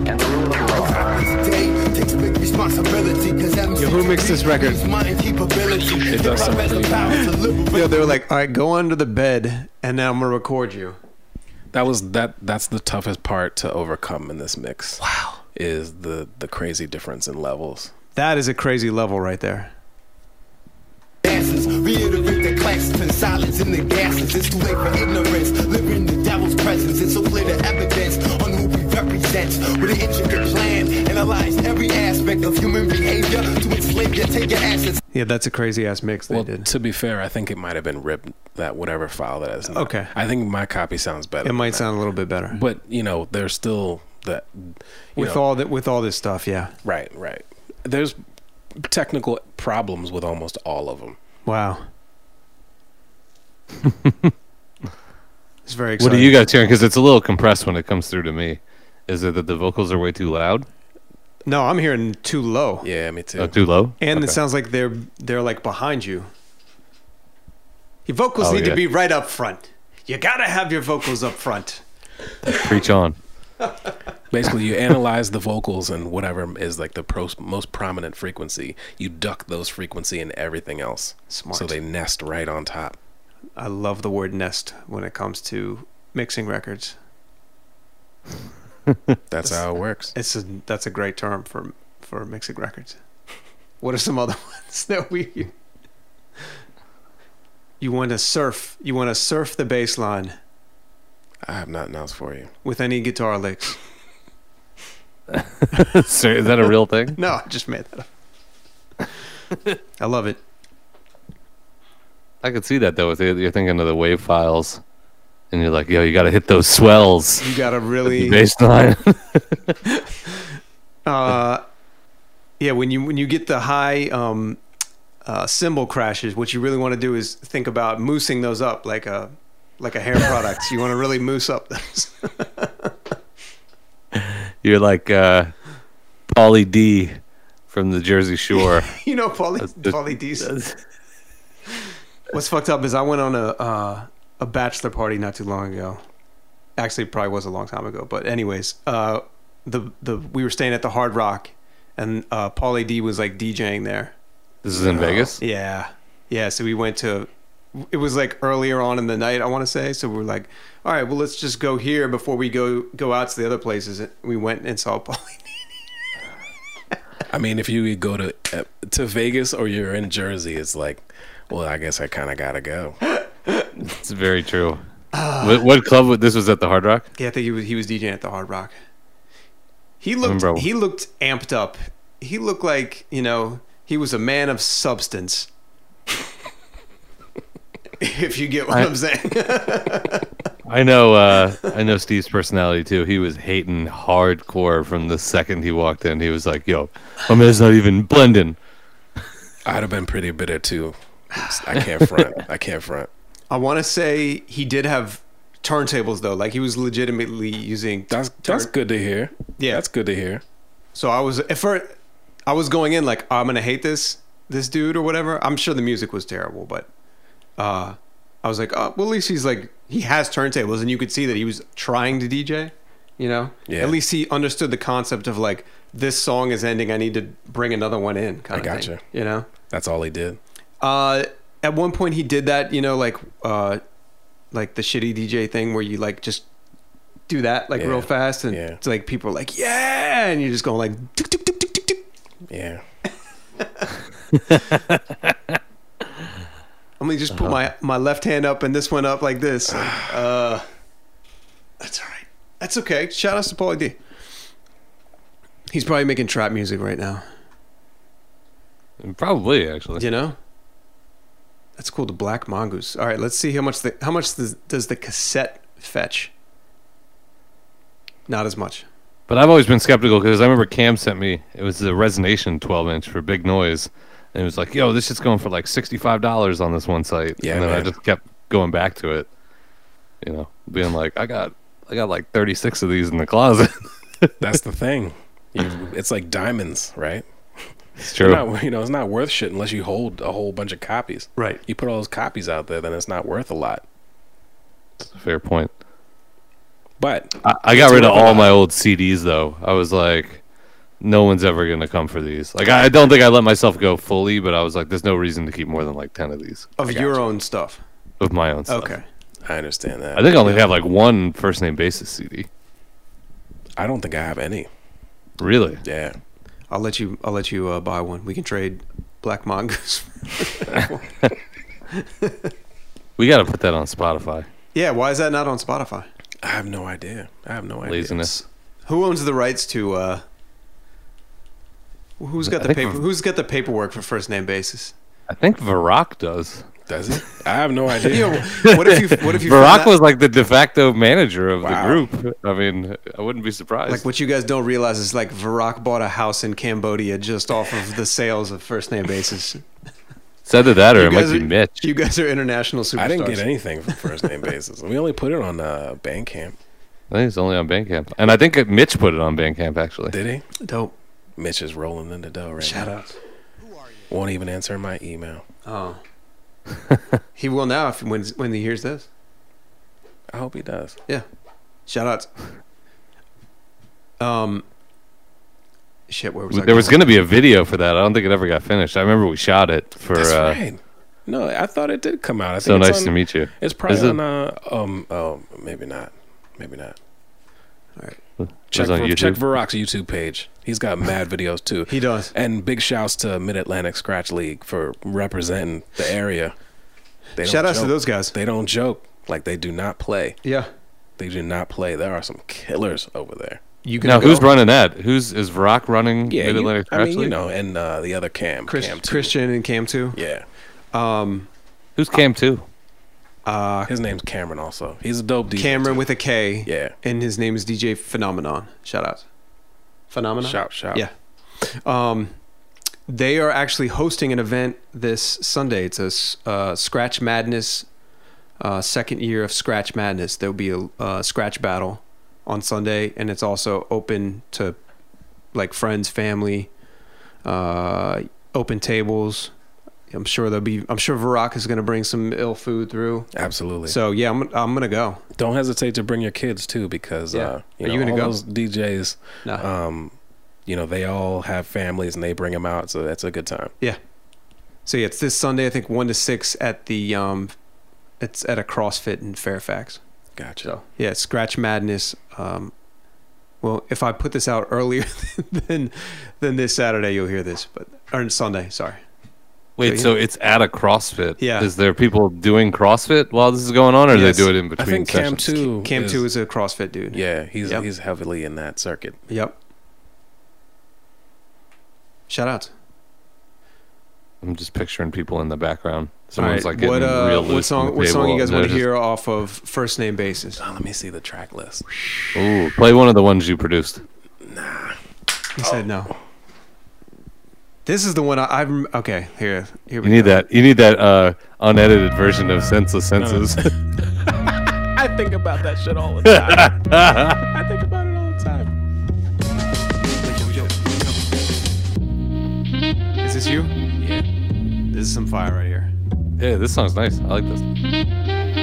and the rule of law.
Yo, who mixed this record?
It does sound pretty bad.
Yo, they were like, all right, go under the bed, and then I'm gonna record you.
That was that. That's the toughest part to overcome in this mix. Wow. Is the the crazy difference in levels?
That is a crazy level right there.
Asses, reiterate the classes and silence in the gases. It's too late for ignorance. Live in the devil's presence. It's so clear the evidence on who we represent. With an intricate plan, analyze every aspect of human behavior to enslave you. Take your assets.
Yeah, that's a crazy ass mix they
well,
did.
to be fair, I think it might have been ripped that whatever file that is.
Okay.
I think my copy sounds better.
It
than
might
that.
sound a little bit better
But you know, there's still that. you
with
know,
all that with all this stuff. Yeah.
right, right. There's technical problems with almost all of them.
Wow. it's very
What
exciting.
do you guys hearing? Because it's a little compressed when it comes through to me. Is it that the vocals are way too loud?
No, I'm hearing too low.
Yeah, me too.
Uh, too low?
And it
Okay.
sounds like they're they're like behind you. Your vocals
Oh,
need to
yeah.
be right up front. You gotta have your vocals up front.
Preach on.
Basically, you analyze the vocals and whatever is like the pros- most prominent frequency. You duck those frequency and everything else.
Smart.
So they nest right on top.
I love the word nest when it comes to mixing records.
That's how it works.
It's a, that's a great term for for mixing records. What are some other ones that we? You want to surf. You want to surf the bass line
I have nothing else for you.
with any guitar licks.
Sir, is that a real thing?
No, I just made that up. I love it.
I could see that though. If you're thinking of the wave files, and you're like, "Yo, you got to hit those swells."
You gotta really.
Baseline.
Uh, yeah, when you when you get the high um, uh, cymbal crashes, what you really want to do is think about moosing those up like a like a hair product. you want to really moose up those.
you're like uh, Pauly D from the Jersey Shore.
you know, Paulie
just-
Paulie D's. What's fucked up is I went on a uh, a bachelor party not too long ago. Actually, it probably was a long time ago, but anyways, uh, the the we were staying at the Hard Rock, and uh, Paulie D was like DJing there.
This
Oh.
is in Vegas.
Yeah. Yeah. So we went to, it was like earlier on in the night, I want to say. So we were like, all right, well, let's just go here before we go go out to the other places. And We went and saw Paulie.
I mean, if you go to uh, to Vegas or you're in Jersey, it's like, well, I guess I kind of gotta go.
It's very true.
Ah.
what, what club? would- This was at the Hard Rock.
Yeah, I think he was, he was DJing at the Hard Rock. He looked,
Remember-
he looked amped up. He looked like, you know, he was a man of substance. if you get what I, am saying.
I know. Uh, I know Steve's personality too. He was hating hardcore from the second he walked in. He was like, "Yo, my man's not even blending."
I'd have been pretty bitter too. I can't front. I can't front.
I want to say he did have turntables though. Like he was legitimately using
That's that's good to hear.
Yeah.
that's good to hear.
So I was at first, I was going in like "Oh, I'm gonna hate this this dude or whatever. I'm sure the music was terrible, but uh, I was like, oh, well, at least he's like he has turntables, and you could see that he was trying to DJ. You know,
Yeah.
at least he understood the concept of like this song is ending. I need to bring another one in. Kind of
gotcha.
Thing, you know.
That's all he did.
Uh, at one point he did that, you know, like uh, like the shitty DJ thing where you like just do that like real fast, and it's like people are like, yeah, and you're just going like, "Tuk, tuk, tuk, tuk, tuk, tuk."
Yeah.
I'm gonna just put my my left hand up and this one up like this. Like, uh, that's all right. That's okay. Shout out to Paulie D. He's probably making trap music right now.
Probably actually.
You know, that's cool. The Black Mongoose. All right, let's see how much the how much the, does the cassette fetch? Not as much.
But I've always been skeptical because I remember Cam sent me it was the Resonation 12 inch for Big Noise, and it was like, "Yo, this shit's going for like sixty-five dollars on this one site."
Yeah,
and then I
man.
just kept going back to it, you know, being like, "I got, I got like thirty-six of these in the closet."
That's the thing. You, it's like diamonds, right?
It's
They're
true.
not- you know, it's not worth shit unless you hold a whole bunch of copies.
Right.
You put all those copies out there, then it's not worth a lot.
Fair point.
But
I, I got
it's
rid of
worth a
all
lot.
my old CDs though. I was like, no one's ever gonna come for these. Like, I, I don't think I let myself go fully, but I was like, there's no reason to keep more than like ten of these
Of your own stuff.
of my own stuff.
Okay.
I understand that.
I think I only have like one first name basis CD.
I don't think I have any.
Really?
Yeah.
I'll let you. I'll let you uh, buy one. We can trade Black Mongoose.
We got to put that on Spotify.
yeah. Why is that not on Spotify?
I have no idea. I have no idea.
Laziness.
Who owns the rights to? Uh, who's got
I
the
think-
paper? Who's got the paperwork for first name basis?
I think Varrock does.
Does it? I have no idea.
Yeah, what if you? What if you? found
Varrock
out-
was like the de facto manager of
Wow.
the group. I mean, I wouldn't be surprised.
Like what you guys don't realize is like Varrock bought a house in Cambodia just off of the sales of first name basis.
it's either that or
You
it might
guys
be
are-
Mitch.
You guys are international superstars.
I didn't get anything from first name basis. We only put it on uh, Bandcamp.
I think it's only on Bandcamp, and I think it- Mitch put it on Bandcamp actually.
Did he?
Dope.
Mitch is rolling in the dough right
Shout
now.
out.
Won't even answer my email.
Oh. he will now if when when he hears this.
I hope he does.
Yeah. Shout outs. Um shit, where was I
there was
going?
going to be a video for that. I don't think it ever got finished. I remember we shot it for.
That's
uh,
right. No, I thought it did come out. I think
So
it's
nice
on-
to meet you.
It's probably
Is it-
on. Uh, um. Oh, maybe not. Maybe not.
it was
Check
on
Ver-
YouTube.
check Varrock's YouTube page. He's got mad videos too.
He does.
And big shouts to Mid Atlantic Scratch League for representing the area. They don't
Shout outs to
joke.
those guys.
They don't joke. Like they do not play.
Yeah.
They do not play. There are some killers over there.
You
now, who's running that? Who's is Varrock running?
Yeah,
Mid
you,
Atlantic
I mean, you know, and uh, the other Cam,
Chris,
Cam too.
Christian and Cam too?
Yeah,
Um
Who's Cam two?
uh
his name's Cameron. Also, he's a dope DJ.
Cameron with a K.
Yeah.
And his name is DJ Phenomenon. Shout out. Phenomenon.
Shout, shout.
Yeah. Um they are actually hosting an event this Sunday. It's a s- uh, Scratch Madness uh, second year of Scratch Madness. There'll be a uh, scratch battle on Sunday, and it's also open to like friends, family, uh, open tables. I'm sure there'll be. I'm sure Varrock is going to bring some ill food through.
Absolutely.
So yeah, I'm I'm gonna go.
don't hesitate to bring your kids too because
Yeah.
uh, you
Are
know
you gonna
all
go? Uh-huh.
those DJs,
No.
um, you know they all have families and they bring them out, so that's a good time.
Yeah. So yeah, it's this Sunday. I think one to six at the um, it's at a CrossFit in Fairfax.
Gotcha.
So yeah, Scratch Madness. Um, well, if I put this out earlier than than this Saturday, you'll hear this, but or Sunday. Sorry.
Wait,
So,
so it's at a CrossFit.
Yeah.
Is there people doing CrossFit while this is going on, or
Yes.
they do it in between
I think Cam
sessions?
two,
Cam
is,
Two is a CrossFit dude.
yeah, he's
Yep.
he's heavily in that circuit.
Yep. Shout out.
I'm just picturing people in the background. Someone's like getting
what uh,
real loose
what
on
song?
the
What song
table,
you guys
and
want to
they're
hear off of first name basis?
Oh, let me see the track list.
just- Ooh, play one of the ones you produced.
He said
Oh.
no. This is the one I, I rem- okay here here
You
we
need
go.
that. You need that uh, unedited version of Senseless Senses.
I think about that shit all the time. I think about it all the time.
Is this you?
Yeah.
This is some fire right here.
yeah, this song's nice. I like this.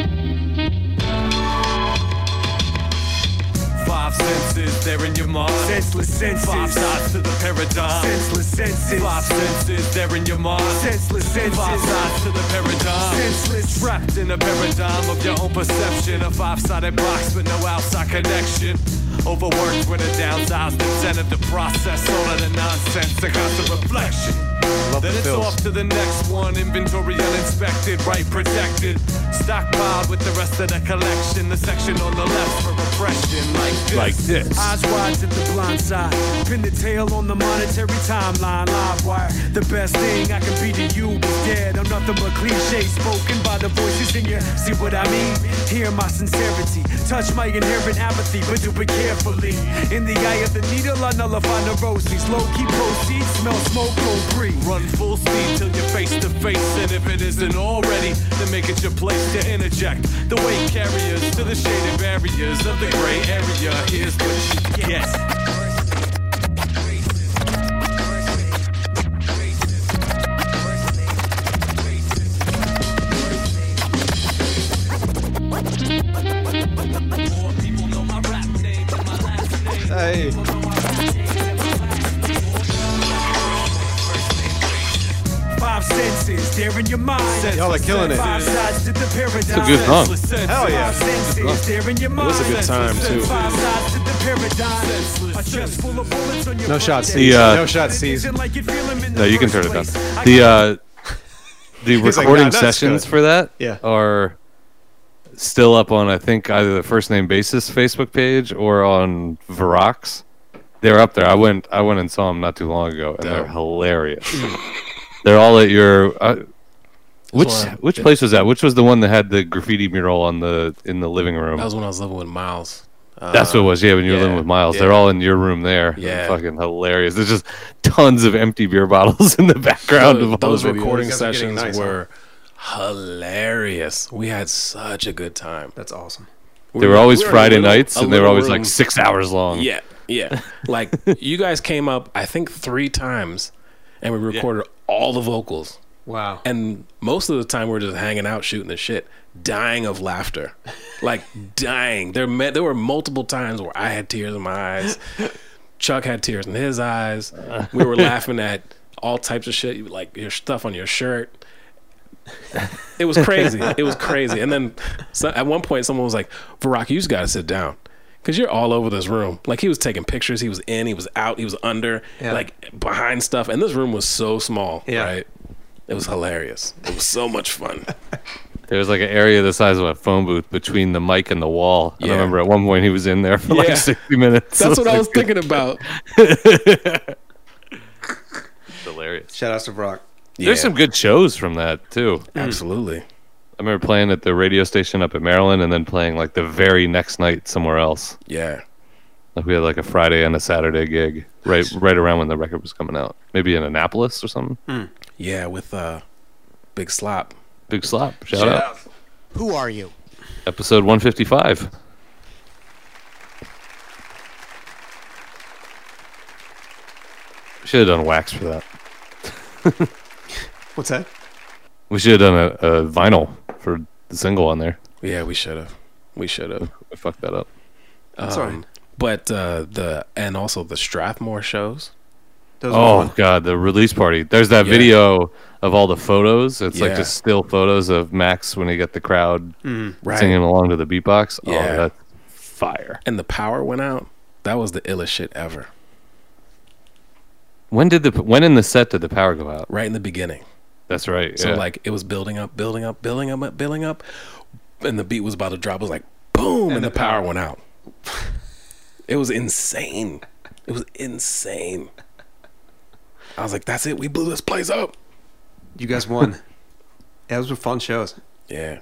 Five senses, they're in your mind. Senseless senses. Five sides to the paradigm. Senseless senses. Five senses, they're in your mind. Senseless senses. Five sides to the paradigm. senseless. Trapped in a paradigm of your own perception. A five sided box with no outside connection. Overworked when it downsides the zen of the process. All of the nonsense, the constant reflection. then
the
it's
fills.
off to the next one. Inventory uninspected, right protected. Stockpiled with the rest of the collection. The section on the left for repression. Like this.
Like this.
Eyes wide to the blind side. Pin the tail on the monetary timeline. Live wire. The best thing I can be to you is dead. I'm nothing but cliche spoken by the voices in your. See what I mean? Hear my sincerity. Touch my inherent apathy, but do it carefully. In the eye of the needle, I nullify neuroses. Low key proceeds, smell smoke, go free.
Run full speed till you're face to face, and if it isn't already, then make it your place to interject. The weight carriers to the shaded barriers of the gray area. Here's what you get.
Hey.
Five senses, they're in your mind.
Y'all are killing it.
Five sides to the paradigm.
It's a good song.
Oh,
Hell yeah.
Five senses, they're in your
It
mind.
was a good time, too.
Five sides to the paradigm. A chest full of bullets on your
No shot
front
seized. The,
deck.
uh, No
shot
No, you can turn it down. The uh, the
He's like, "Nah,
recording
that's
sessions
good."
for that
Yeah.
are still up on I think either the first name basis Facebook page or on Verox. They're up there. I went I went and saw them not too long ago, and they're hilarious. they're all at your. Uh, which
one I-
which place was that? Which was the one that had the graffiti mural on the in the living room?
That was when I was living with Miles. Uh,
That's what it was. Yeah, when you were
yeah,
living with Miles,
yeah.
they're all in your room there.
Yeah.
Yeah, fucking hilarious. There's just tons of empty beer bottles in the background
Those,
of all
those
the videos.
recording sessions were hilarious. We had such a good time. That's awesome.
They were always Friday nights, and they were always, like, six hours long.
Yeah, yeah. like you guys came up, I think three times, and we recorded all the vocals.
Wow.
And most of the time, we are just hanging out, shooting the shit, dying of laughter, like dying. There, me- there were multiple times where I had tears in my eyes. Chuck had tears in his eyes. We were laughing at all types of shit, like your stuff on your shirt. It was crazy. it was crazy. And then so at one point, someone was like, "Varrock, you just got to sit down." Cause you're all over this room. Like he was taking pictures. He was in. He was out. He was under.
Yeah.
Like behind stuff. And this room was so small. Right. It was hilarious. It was so much fun.
There was like an area the size of a phone booth between the mic and the wall. And
Yeah.
I remember at one point he was in there for
Yeah.
like 60 minutes.
That's what I was
like,
thinking about.
Hilarious.
Shout outs to Brock.
There's some good shows from that too.
Absolutely.
I remember playing at the radio station up in Maryland, and then playing like the very next night somewhere else.
Yeah.
Like we had like a Friday and a Saturday gig right right around when the record was coming out. Maybe in Annapolis or something.
Hmm. Yeah, with uh, Big Slop.
Big Slop. Shout,
Shout
out.
out. Who are you?
Episode 155. We should have done wax for that.
What's that?
We should have done a, a vinyl for the single on there.
Yeah, we should have. We should have.
I fucked that up.
That's all right.
But uh, the and also the Strathmore shows.
oh god, the release party. There's that
Yeah.
video of all the photos. It's
Yeah.
like just still photos of Max when he got the crowd
Mm. Right.
singing along to the beatbox.
Yeah.
Oh, that's fire.
And the power went out. That was the illest shit ever.
When did the when in the set did the power go out?
Right in the beginning.
That's right.
So
yeah.
like it was building up, building up, building up, building up, and the beat was about to drop. It was like boom, and, the, power went out. it was insane. It was insane. I was like, "That's it. We blew this place up."
You guys won. yeah, those were fun shows.
Yeah.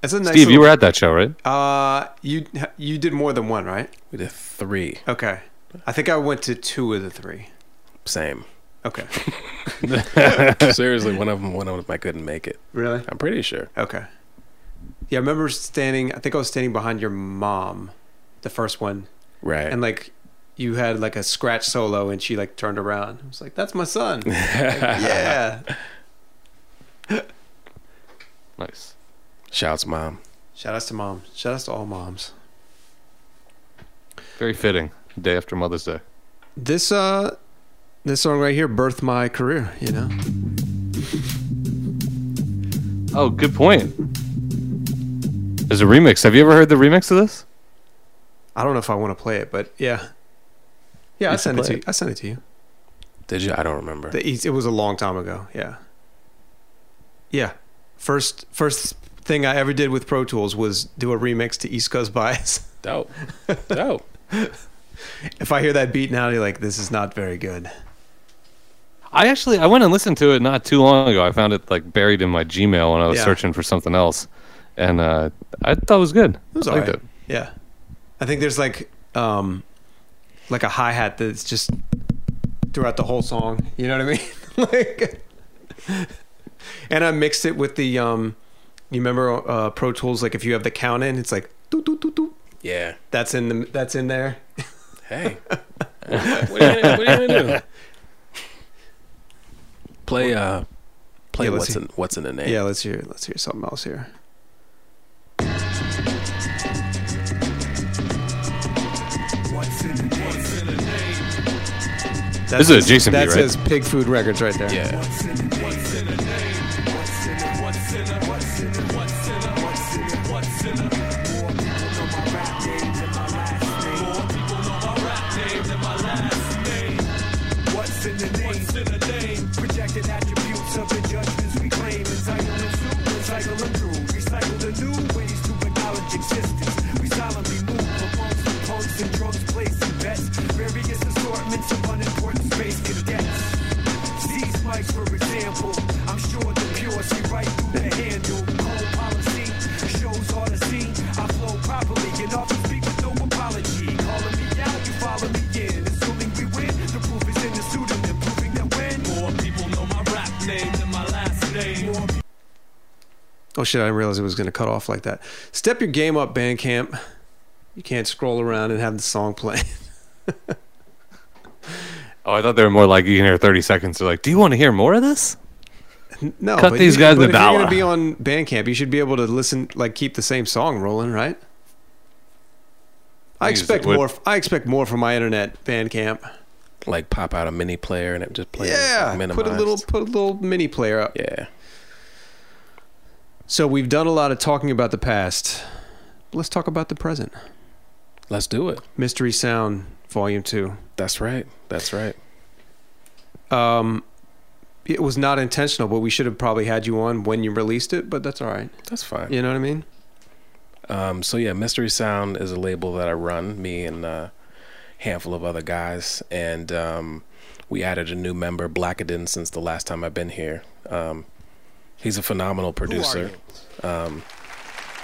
That's a nice
Steve, you
little-
were at that show, right?
Uh, you you did more than one, right?
We did three.
Okay, I think I went to two of the three.
Same.
Okay.
Seriously, one of them, one of them, I couldn't make it.
Really?
I'm pretty sure.
Okay. Yeah, I remember standing. I think I was standing behind your mom, the first one.
Right.
And like, you had like a scratch solo, and she like turned around. I was like, "That's my son." Like, yeah.
Nice.
Shouts, mom.
Shout outs to mom. Shout outs to all moms.
Very fitting. Day after Mother's Day.
This uh, this song right here birthed my career. You know.
Oh, good point. There's a remix. Have you ever heard the remix of this?
I don't know if I want to play it, but yeah, yeah. I sent it to you. I sent it to you.
Did you? I don't remember.
The East, it was a long time ago. Yeah, yeah. First, first thing I ever did with Pro Tools was do a remix to East Coast Bias.
Dope, dope.
if I hear that beat now, you're like, this is not very good.
I actually I went and listened to it not too long ago. I found it like buried in my Gmail when I was
Yeah.
searching for something else, and uh, I thought it was good.
It was
I liked
alright. Yeah, I think there's like, um, like a hi hat that's just throughout the whole song. You know what I mean? like, and I mixed it with the, um, you remember uh, Pro Tools? Like if you have the count in, it's like
Yeah.
that's in the that's in there.
Hey, what are you gonna, what are you gonna do? Play uh, play
Yeah, let's
what's
hear-
in what's in the name?
Yeah, let's hear let's hear something else here.
This is a Jason B,
That
right?
says Pig Food Records right there.
Yeah.
What's in the name? Projected attributes of the judgments we claim. Entitle and true, entitle and true. Recycle the new ways to acknowledge existence. We solemnly move amongst the punks and drunks, placing bets. Various assortments of unimportant space cadets. These mics, for example, I'm sure the pure see right through the handle. Cold policy shows all the scene. I flow properly and often speak with no apology. Calling me out, you follow me in. Assuming we win, the proof is in the pseudonym, proving that when more people know my rap name than my last name. More
Oh shit! I didn't realize it was going to cut off like that. Step your game up, Bandcamp. You can't scroll around and have the song playing.
Oh, I thought they were more like you can hear 30 seconds. They're like, do you want to hear more of this?
No,
Cut
but
these
you-
guys
but
a
if You're
dollar.
gonna be on Bandcamp. You should be able to listen, like keep the same song rolling, right? I
Use it
expect
with-
more. I expect more from my internet Bandcamp.
Like pop out a mini player and it just plays.
Yeah,
like,
put a
minimized.
little put a little mini player up.
Yeah.
So we've done a lot of talking about the past. Let's talk about the present.
Let's do it.
Mystery Sound Volume Two.
That's right. That's right.
Um, it was not intentional, but we should have probably had you on when you released it. But that's all right.
That's fine.
You know what I mean?
Um, so yeah, Mystery Sound is a label that I run, me and a handful of other guys, and um, we added a new member, Blackadin, since the last time I've been here. Um, he's a phenomenal producer. Um,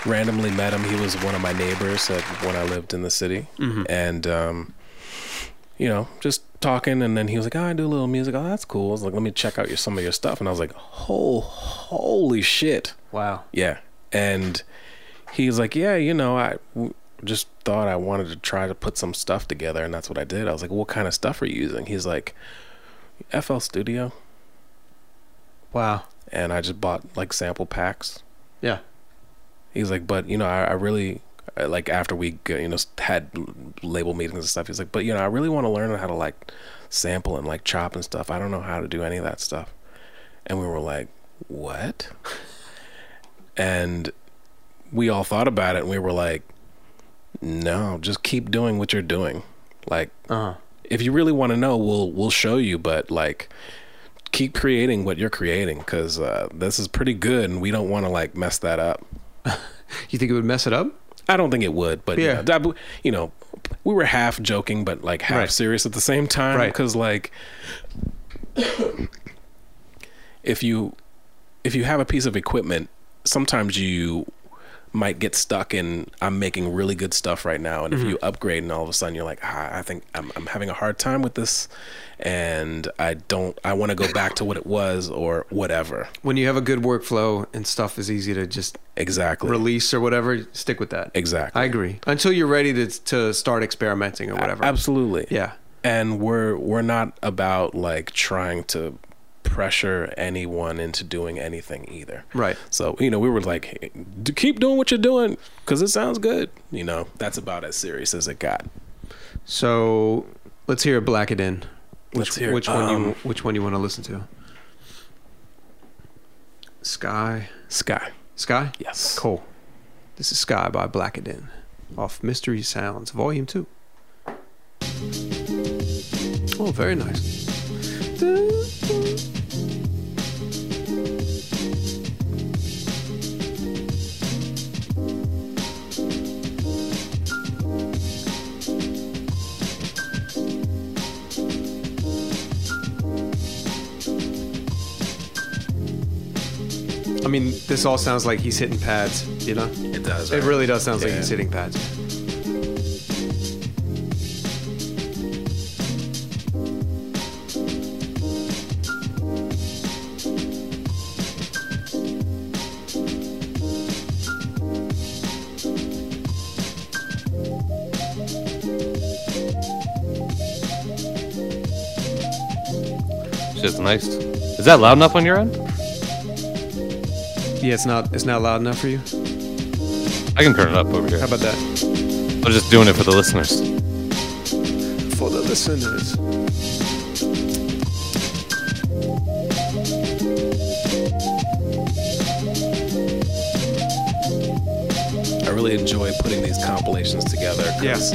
randomly met him. He was one of my neighbors at, when I lived in the city,
Mhm.
and um, you know, just talking. And then he was like, "Oh, I do a little music. Oh, that's cool." I was like, "Let me check out your some of your stuff," and I was like, "Oh, holy shit!"
Wow.
Yeah. And he's like, yeah, you know, I w- just thought I wanted to try to put some stuff together. And that's what I did. I was like, what kind of stuff are you using? He's like, FL Studio.
Wow.
And I just bought like sample packs.
Yeah.
He's like, but, you know, I, I really, I- like, after we, g- you know, s- had l- label meetings and stuff, he's like, but, you know, I really want to learn how to like sample and like chop and stuff. I don't know how to do any of that stuff. And we were like, what? and we all thought about it and we were like no just keep doing what you're doing like if you really want to know we'll we'll show you but like keep creating what you're creating because uh, this is pretty good and we don't want to like mess that up
you think it would mess it up
i don't think it would but
Yeah.
yeah that, you know we were half joking but like half
Right.
serious at the same time
Right.
because like if you if you have a piece of equipment, sometimes you might get stuck in I'm making really good stuff right now, and if
Mm-hmm.
Mhm.
you upgrade and all of a sudden you're like, ah, I think I'm, I'm having a hard time with this, and I don't I want to go back to what it was or whatever.
When you have a good workflow and stuff is easy to just
exactly
release or whatever, stick with that.
Exactly.
I agree. Until you're ready to to start experimenting or whatever.
Absolutely.
Yeah.
And we're we're not about like trying to pressure anyone into doing anything either.
Right.
So, you know, we were like, hey, d- keep doing what you're doing cuz it sounds good. You know, that's about as serious as it got.
So let's hear Black It In. Which
Let's hear it.
which one
Um,
you which one you want to listen to?
Sky.
Sky.
Sky?
Yes.
Cool. This is Sky by Blackadin off Mystery Sounds, Volume 2. Oh, very nice. I mean, this all sounds like he's hitting pads, you know?
It does.
It
right?
really does sound like
Yeah.
he's hitting pads.
It's just nice. Is that loud enough on your end?
Yeah, it's not it's not loud enough for you.
I can turn it up over here.
How about that?
I'm just doing it for the listeners.
For the listeners.
I really enjoy putting these compilations together. 'cause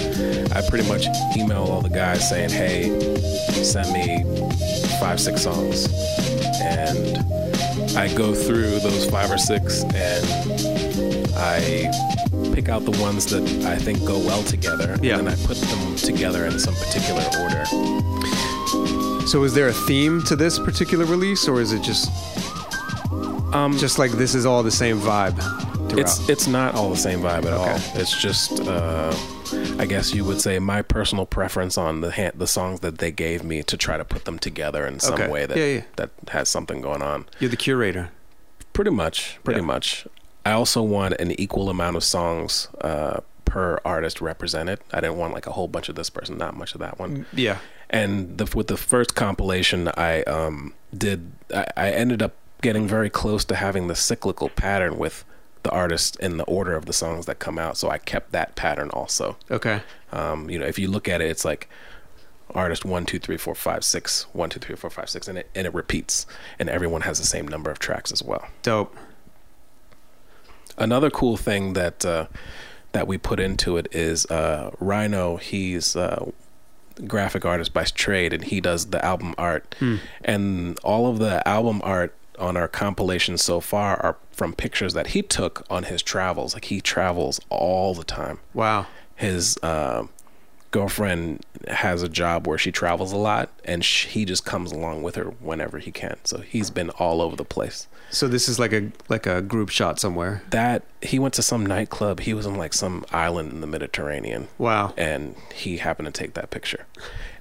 I pretty much email all the guys saying, hey, send me five, six songs. And I go through those five or six and I pick out the ones that I think go well together. Yeah. And I put them together in some particular order.
So is there a theme to this particular release or is it just
um
just like this is all the same vibe throughout?
It's it's not all the same vibe at all. It's just uh, I guess you would say my personal preference on the hand, the songs that they gave me to try to put them together in some
Okay.
way that
Yeah, yeah.
that has something going on.
You're the curator.
Pretty much, pretty much. I also want an equal amount of songs uh, per artist represented. I didn't want like a whole bunch of this person, not much of that one.
yeah.
And the, with the first compilation, I um, did. I, I ended up getting very close to having the cyclical pattern with the artist in the order of the songs that come out. So I kept that pattern also.
Okay.
Um, you know, if you look at it, it's like artist one, two, three, four, five, six, one, two, three, four, five, six, and it and it repeats, and everyone has the same number of tracks as well.
Dope.
Another cool thing that uh, that we put into it is uh, Rhino. He's uh, graphic artist by trade, and he does the album art.
Hmm.
And all of the album art on our compilation so far are from pictures that he took on his travels. Like he travels all the time.
Wow.
His uh, girlfriend has a job where she travels a lot, and sh he just comes along with her whenever he can. So he's been all over the place.
So this is like a like a group shot somewhere.
That he went to some nightclub. He was on like some island in the Mediterranean.
Wow.
And he happened to take that picture.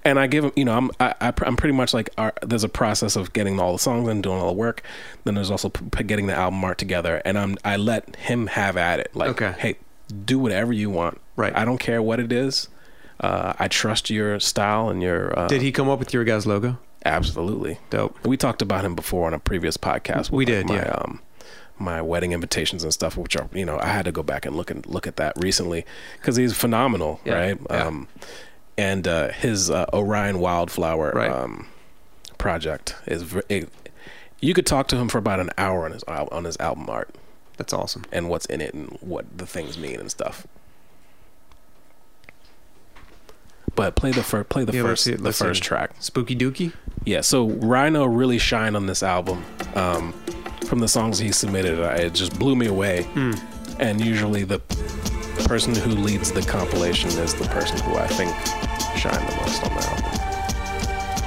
And I give him, you know, I'm I, I, pr- I'm pretty much like our, there's a process of getting all the songs and doing all the work. Then there's also p- p- getting the album art together. And I'm I let him have at it. Like, hey, do whatever you want. Right. I don't care what it is. Uh, I trust your style and your. Uh,
Did he come up with your guy's logo?
Absolutely.
Dope.
We talked about him before on a previous podcast.
We
with,
did,
my,
yeah.
Um, my wedding invitations and stuff, which are you know, I had to go back and look and look at that recently because he's phenomenal, right? Um, and uh, his uh, Orion Wildflower um, project is. v- It, you could talk to him for about an hour on his al- on his album art.
That's awesome.
And what's in it and what the things mean and stuff. But play the first play the
Yeah, let's
first
see it,
the
let's see
first
it.
track.
Spooky Dookie?
Yeah, so Rhino really shined on this album. Um, from the songs he submitted, I, it just blew me away. And usually, the person who leads the compilation is the person who I think shined the most on the album.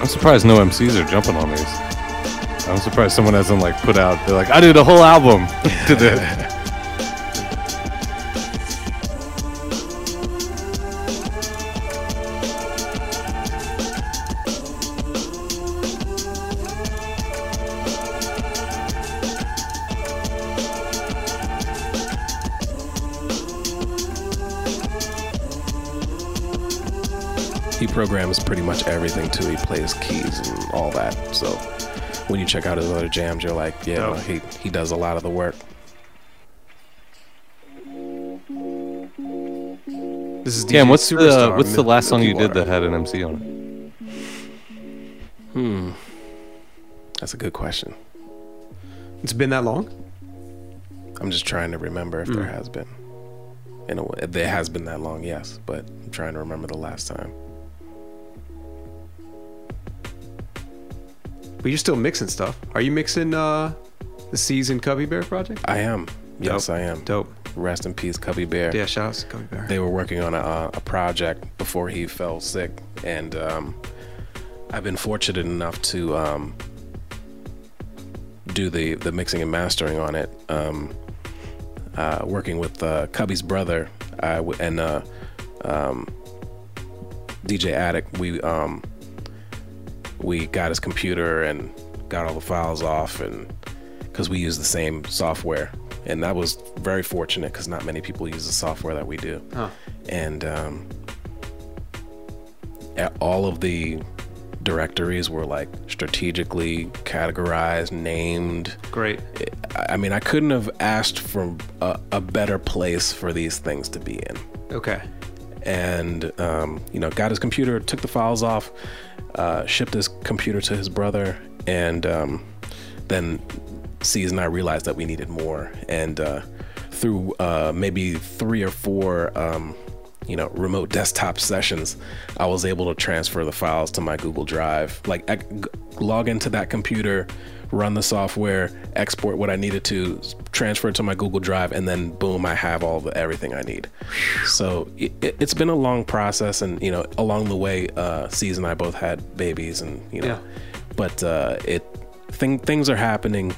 I'm surprised no MCs are jumping on these. I'm surprised someone hasn't like put out. They're like, I did a whole album to this.
he programs pretty much everything too. He plays keys and all that. So when you check out his other jams, you're like, yeah,
Dope.
no, he he does a lot of the work.
This is
Cam,
DJ
what's the
Superstar,
what's the
Mil-
last song
Milky
you did
Water.
that had an MC on it?
Hmm. That's a good question.
It's been that long?
I'm just trying to remember if there has been. In a way, there has been that long, yes, but I'm trying to remember the last time.
But you're still mixing stuff. Are you mixing uh the Seas and Cubby Bear project?
I am. Yes, I am.
Dope.
Rest in peace, Cubby Bear.
Yeah, shout out to Cubby Bear.
They were working on a, uh, a project before he fell sick, and um, I've been fortunate enough to um, do the the mixing and mastering on it. Um, uh, working with uh, Cubby's brother I w- and uh, um, DJ Attic, we um, we got his computer and got all the files off, and because we use the same software, and that was very fortunate because not many people use the software that we do,
Huh.
and um, a- all of the directories were like strategically categorized, named.
Great.
I I mean, I couldn't have asked for a, a better place for these things to be in.
Okay.
And, um, you know, got his computer, took the files off, uh, shipped his computer to his brother, and um, then C's and I realized that we needed more. And uh, through uh, maybe three or four, um, you know, remote desktop sessions, I was able to transfer the files to my Google Drive. Like, I g- log into that computer, run the software, export what I needed to, s- transfer it to my Google Drive, and then boom, I have all the everything I need. So it, it, it's been a long process, and you know, along the way, uh, C's and I both had babies, and you know,
Yeah.
but uh, it thing things are happening,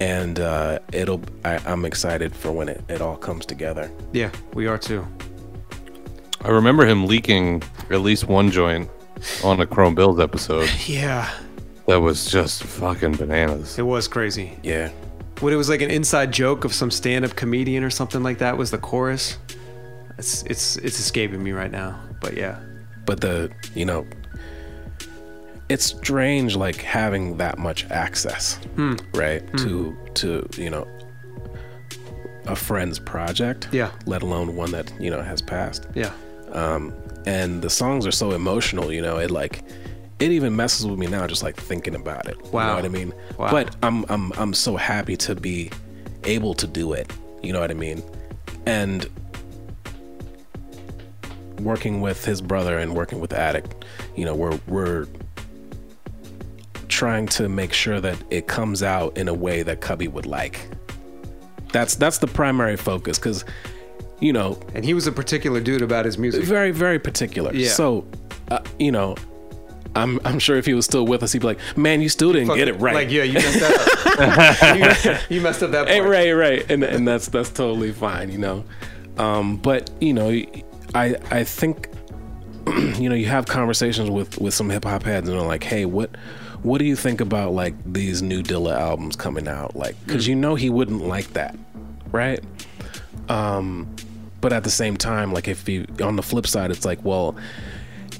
and uh, it'll. I, I'm excited for when it, it all comes together.
Yeah, we are too.
I remember him leaking at least one joint on a Chrome Bills episode.
Yeah.
That was just fucking bananas.
It was crazy.
Yeah.
What it was like an inside joke of some stand-up comedian or something like that was the chorus. It's it's it's escaping me right now. But yeah.
But the you know, it's strange like having that much access,
Hmm.
right?
Hmm.
To to you know, a friend's project.
Yeah.
Let alone one that you know has passed.
Yeah.
um, and the songs are so emotional you know it like it even messes with me now just like thinking about it you know
Wow.
what i mean
Wow.
but I'm, I'm i'm so happy to be able to do it you know what i mean and working with his brother and working with addict you know we're we're trying to make sure that it comes out in a way that cubby would like that's that's the primary focus because you know
and he was a particular dude about his music
very very particular
Yeah.
so uh, you know I'm, I'm sure if he was still with us, he'd be like, "Man, you still didn't get it right."
Like yeah, you messed that up. you, you messed up that.
Hey, right, right, and and that's that's totally fine, you know. Um, but you know, I I think you know you have conversations with with some hip hop heads and they're like, hey, what what do you think about like these new Dilla albums coming out? Like,
Mm.
because you know he wouldn't like that, right? Um, but at the same time, like if you on the flip side, it's like, well.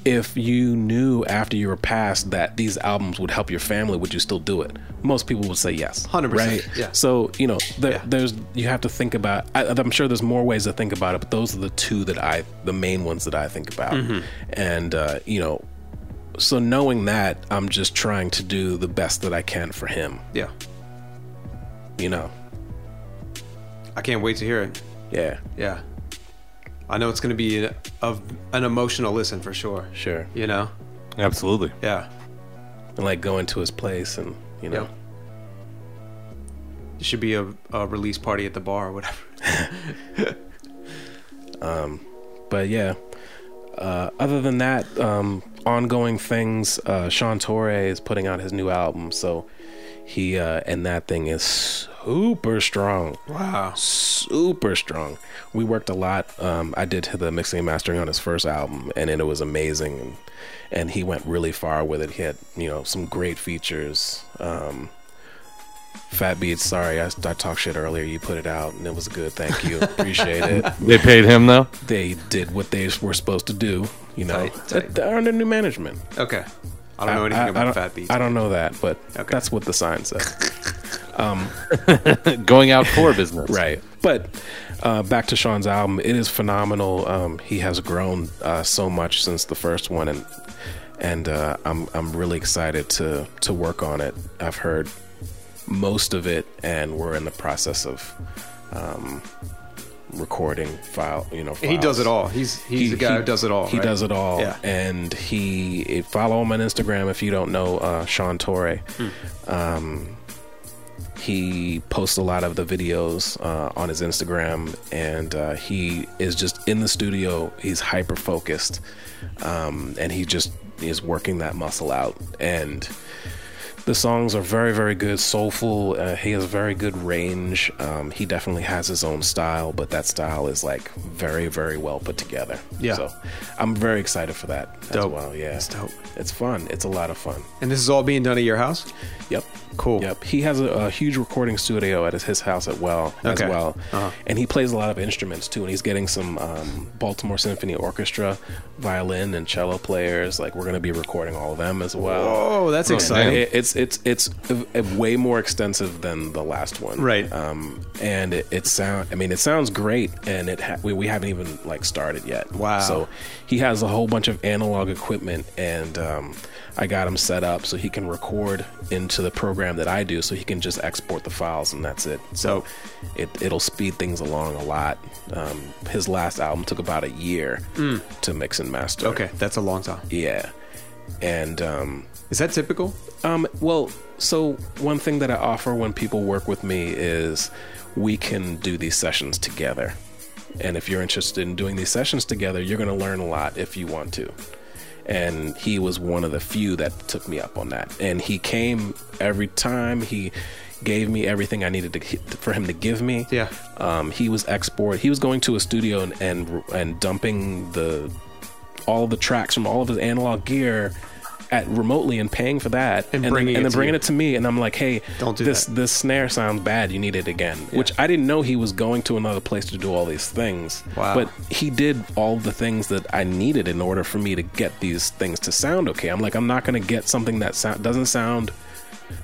If you knew after you were passed that these albums would help your family, would you still do it? Most people would say yes.
100%,
Right?
yeah.
So you know, there, there's you have to think about. I, I'm sure there's more ways to think about it, but those are the two that I, the main ones that I think about.
Mhm.
And uh, you know, so knowing that, I'm just trying to do the best that I can for him.
Yeah.
You know.
I can't wait to hear it.
Yeah.
Yeah. I know it's going to be an, of an emotional listen for sure.
Sure.
You know.
Absolutely.
Yeah.
And like going to his place and you know.
It should be a, a release party at the bar or whatever.
um, but yeah uh, other than that um, ongoing things uh, sean torre is putting out his new album so he uh, and that thing is super strong
wow
super strong we worked a lot um, i did the mixing and mastering on his first album and it was amazing and, and he went really far with it he had you know some great features um, fat beats sorry I, I talked shit earlier you put it out and it was good thank you appreciate it
They paid him though.
they did what they were supposed to do. You know, That- they're under new management.
Okay. I don't know anything about
don't-
Fat Beats.
I don't know that, but that's what the sign says. um,
Going out for business,
right? But uh, back to Sean's album, it is phenomenal. Um, he has grown uh, so much since the first one, and and uh, I'm I'm really excited to to work on it. I've heard most of it, and we're in the process of. Um, recording file you know
He does
files.
it all. He's- he's the guy who does it all,
he
right?
does it all
Yeah.
and he if- follow him on Instagram if you don't know uh, Sean Torre.
Hmm.
Um, he posts a lot of the videos uh, on his Instagram, and uh, he is just in the studio. He's hyper focused, um, and he just is working that muscle out. And the songs are very, very good, soulful. Uh, he has very good range. Um, he definitely has his own style, but that style is like very, very well put together.
Yeah.
So I'm very excited for that as
Dope.
well. Yeah.
It's dope.
It's fun. It's a lot of fun.
And this is all being done at your house?
Yep. Cool. Yep. He has a, a huge recording studio at his- his house at well
Okay.
as well,
Uh-huh.
and he plays a lot of instruments too. And he's getting some um, Baltimore Symphony Orchestra violin and cello players. Like we're going to be recording all of them as well.
Whoa, that's exciting.
Oh, It- it's it's it's a, a way more extensive than the last one,
Right.
Um, and it, it sound I mean it sounds great, and it ha- we we haven't even like started yet.
Wow.
So he has a whole bunch of analog equipment, and um, I got him set up so he can record into the program that I do, so he can just export the files, and that's it. So it it'll speed things along a lot. Um, his last album took about a year
Mm.
to mix and master.
Okay, that's a long time.
Yeah, and um,
is that typical?
Um, well, so one thing that I offer when people work with me is we can do these sessions together. And if you're interested in doing these sessions together, you're going to learn a lot if you want to. And he was one of the few that took me up on that. And he came every time. He gave me everything I needed to, for him to give me.
Yeah.
Um, he was export. He was going to a studio and and, and dumping the all the tracks from all of his analog gear at remotely and paying for that and,
bringing
then,
it
and then
to
bringing
you.
it to me and I'm like, hey, don't do this. This snare sounds bad. You need it again. Which I didn't know he was going to another place to do all these things.
Wow.
But he did all the things that I needed in order for me to get these things to sound okay. I'm like, I'm not going to get something that sound doesn't sound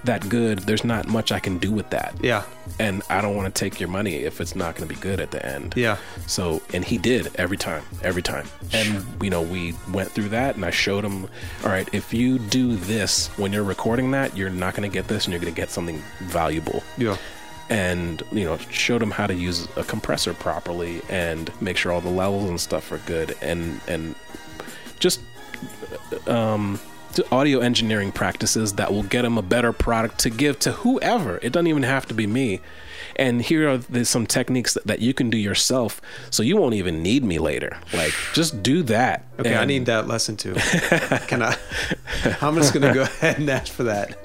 that good. There's not much I can do with that.
Yeah.
And I don't want to take your money if it's not going to be good at the end.
Yeah.
So, and he did every time, every time. And, you know, we went through that and I showed him, all right, if you do this when you're recording that, you're not going to get this and you're going to get something valuable.
Yeah.
And, you know, showed him how to use a compressor properly and make sure all the levels and stuff are good and, and just, um, to audio engineering practices that will get him a better product to give to whoever. It doesn't even have to be me. And here are there's some techniques that, that you can do yourself, so you won't even need me later. Like just do that.
Okay, I
And-
need that lesson too. Can I? I'm just gonna go ahead and ask for that.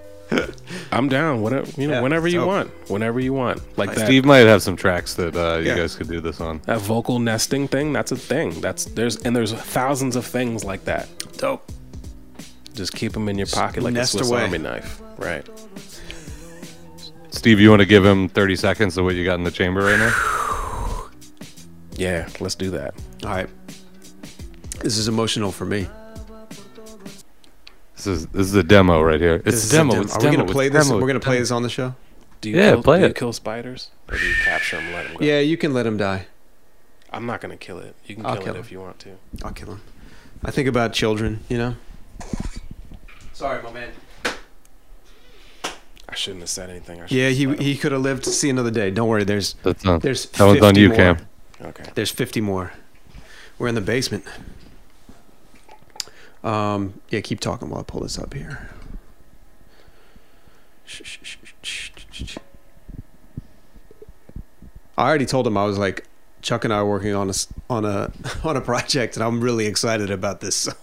I'm down. Whatever you know,
Yeah,
whenever you
so-
want, whenever you want. Like that.
Steve might have some tracks that uh, you
Yeah.
guys could do this on.
that vocal nesting thing. That's a thing. That's there's and there's thousands of things like that.
Dope.
Just keep them in your pocket like
nest
a Swiss
away.
Army knife, right?
Steve, you want to give him 30 seconds of what you got in the chamber right now?
Yeah, let's do that.
All right. This is emotional for me.
This is this is a demo right here.
This
It's
is a
demo.
dem-
It's
Are
demo.
we gonna
it's
play this?
demo,
We're gonna
it's
play
demo.
this on the show.
Do
Yeah,
kill,
play
do You
it.
kill spiders or do you capture them? Let them go.
Yeah, you can let him die.
I'm not gonna kill it. You can
I'll
kill,
kill
it
him.
if you want to.
I'll kill him. I think about children, you know.
Sorry, my man. I shouldn't have said anything. I should
Yeah, he he could have lived to see another day. Don't worry. There's
That's not-
there's
that one's on
50
you,
more.
Cam.
Okay.
There's 50 more. We're in the basement. Um. Yeah. Keep talking while I pull this up here. I already told him I was like Chuck and I are working on a s- on a on a project, and I'm really excited about this. So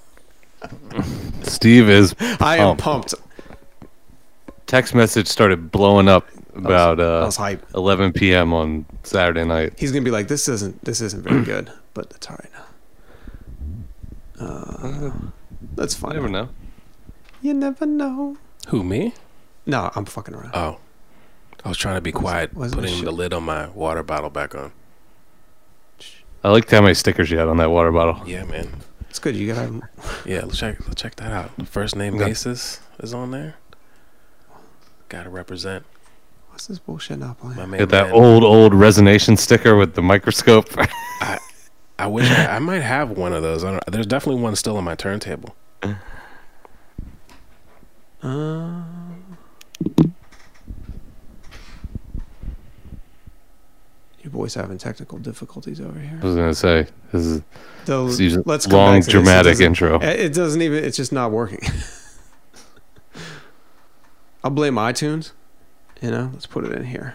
Steve is.
I am pumped.
Text message started blowing up about uh,
was hype.
11 p.m. on Saturday night.
He's gonna be like, "This isn't this isn't very good," but that's all right. Uh, that's fine.
never know.
You never know.
Who me?
No, I'm fucking around.
Oh, I was trying to be quiet,
wasn't
putting
this
the lid on my water bottle back on.
I liked how many stickers you had on that water bottle.
Yeah, man.
It's good. You gotta.
Yeah, let's check let's check that out. First name
Okay.
basis is on there. Gotta represent.
What's this bullshit not playing?
My
Get
man,
that
man.
old, old resonation sticker with the microscope.
I wish I, I might have one of those. I don't, there's definitely one still on my turntable.
Uh, your boy's having technical difficulties over here.
I was gonna say this is,
So,
this is a
let's go
long
back to this. It
dramatic
doesn't-
intro.
It it doesn't even. It's just not working. I'll blame iTunes. You know, let's put it in here.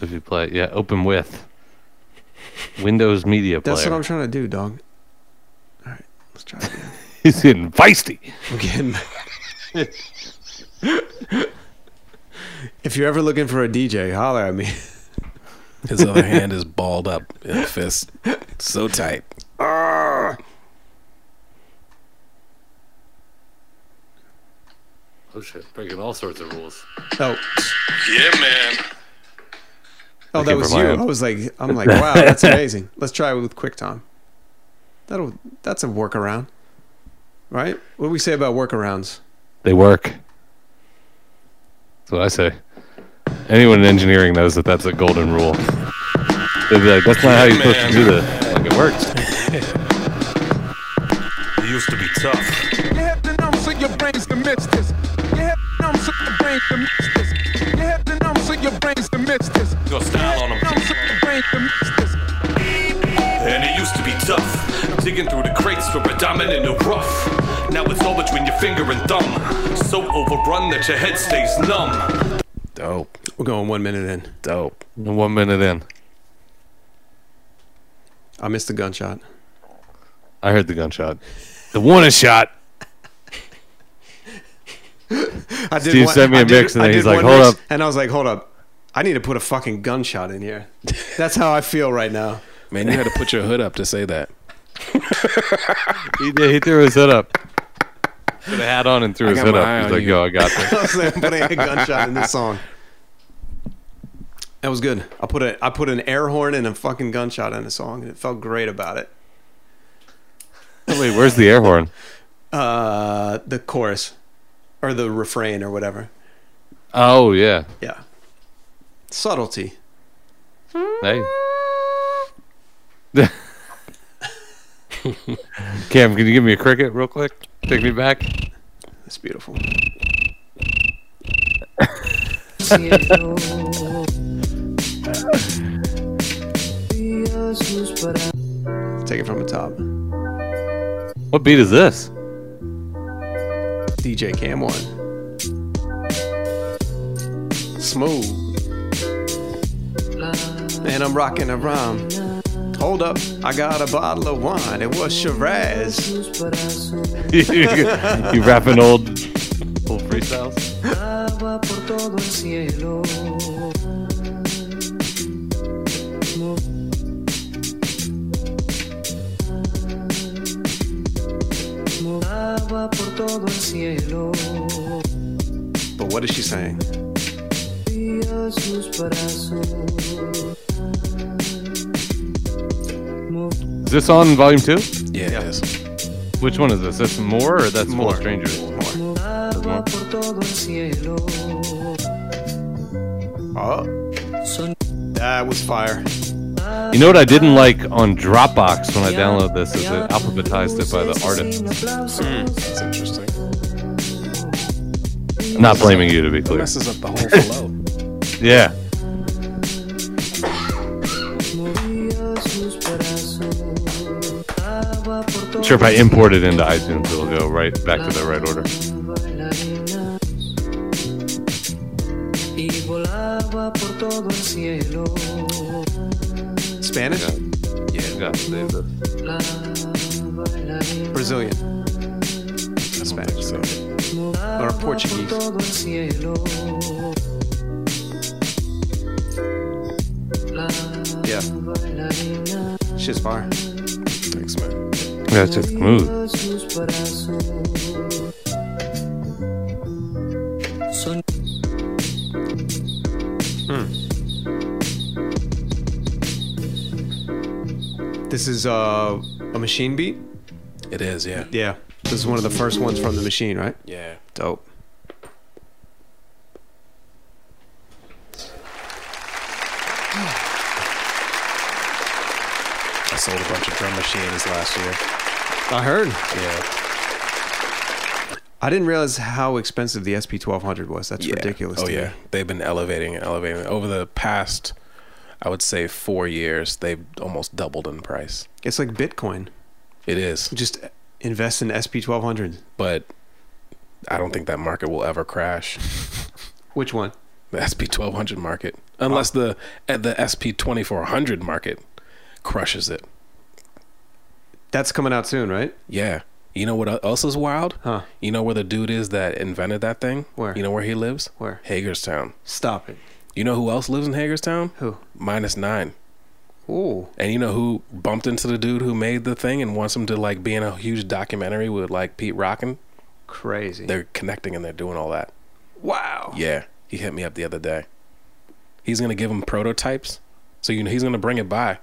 If you play, yeah, open with Windows Media Player.
That's what I'm trying to do, dog. All right, let's try it again.
He's getting feisty.
I'm getting. if you're ever looking for a DJ, holler at me.
His other hand is balled up in a fist, so tight.
Ah.
Oh shit! Breaking all sorts of rules.
Oh,
Yeah, man.
oh, that
Looking
was
for
you.
my own.
I was like, I'm like, wow, that's amazing. Let's try it with QuickTime. That'll that's a workaround, right? What do we say about workarounds?
They work. That's what I say. Anyone in engineering knows that that's a golden rule. They'd be like, "That's not how you're supposed to do this." I'm Like it works.
You used to be tough.
You have the numb so your brain's the misters. You have the numb so your brain's the misters. You have the numb so your brain's the misters.
Your style on 'em.
Numb so your brain's the misters.
And it used to be tough. Digging through the crates for a diamond in the rough. Now it's all between your finger and thumb. So overrun that your head stays numb.
Dope.
We're going one minute in.
Dope.
One minute in,
I missed the gunshot.
I heard the gunshot. The warning shot.
I
Steve sent me
a
a mix and then he's like, "Hold up."
and I was like, hold up, I need to put a fucking gunshot in here. That's how I feel right now.
Man, you had to put your hood up to say that.
He, did- he threw his hood up. Put a hat on and threw
I
his
got
hood
my
up.
eye
He's
on
like,
you.
"Yo, I got
I was
this."
like, I'm putting a gunshot in this song. That was good. I put a I put an air horn and a fucking gunshot in a song, and it felt great about it.
Wait, where's the air horn?
Uh, the chorus, or the refrain, or whatever.
Oh yeah.
Yeah, subtlety.
Hey. Cam, can you give me a cricket real quick? Take me back.
That's beautiful. Take it from the top.
What beat is this?
DJ Cam one. Smooth. And I'm rocking a rhyme. Hold up, I got a bottle of wine. It was Shiraz.
you you rapping old old freestyles?
Agua por todo el cielo. Agua por todo el cielo.
But what is she saying?
Dio sus brazos.
Is this on volume two?
Yeah, it is.
Which one is this? That's more or that's more
More.
strangers? More.
Agua por todo el cielo.
Oh. That was fire.
You know what I didn't like on Dropbox when I downloaded this is it alphabetized it by the artist.
That's interesting.
I'm not blaming you to be clear.
messes up the whole flow.
Yeah.
Dio sus brazos. Agua por todo
I'm sure if I import it into iTunes it'll go right back to the right order.
bailarinas y volaba por todo el cielo.
Spanish?
Yeah, gotta save this.
La bailarina
Brazilian. Spanish. Or
volaba
Portuguese.
por todo el cielo. La
Yeah.
bailarina
Shit's fire.
Thanks, man.
That's just smooth.
movió sus brazos. Son
This is uh, a machine beat.
It is, yeah.
Yeah. This is one of the first ones from the machine, right?
Yeah.
Dope.
I sold a bunch of drum machines last year.
I heard.
Yeah.
I didn't realize how expensive the SP twelve hundred was. That's
Yeah.
ridiculous.
Oh
to me.
yeah, they've been elevating and elevating over the past, I would say, four years. They've almost doubled in price.
It's like Bitcoin.
It is.
Just invest in SP twelve hundred.
But I don't think that market will ever crash.
Which one?
The SP twelve hundred market, unless the at the SP twenty four hundred market crushes it.
That's coming out soon, right?
Yeah. You know what else is wild? Huh? You know where the dude is that invented that thing? Where? You know where he lives? Where? Hagerstown.
Stop it.
You know who else lives in Hagerstown?
Who?
Minus nine.
Ooh.
And you know who bumped into the dude who made the thing and wants him to like be in a huge documentary with like Pete Rockin?
Crazy.
They're connecting and they're doing all that.
Wow.
Yeah. He hit me up the other day. He's gonna give him prototypes. So you know he's gonna bring it by.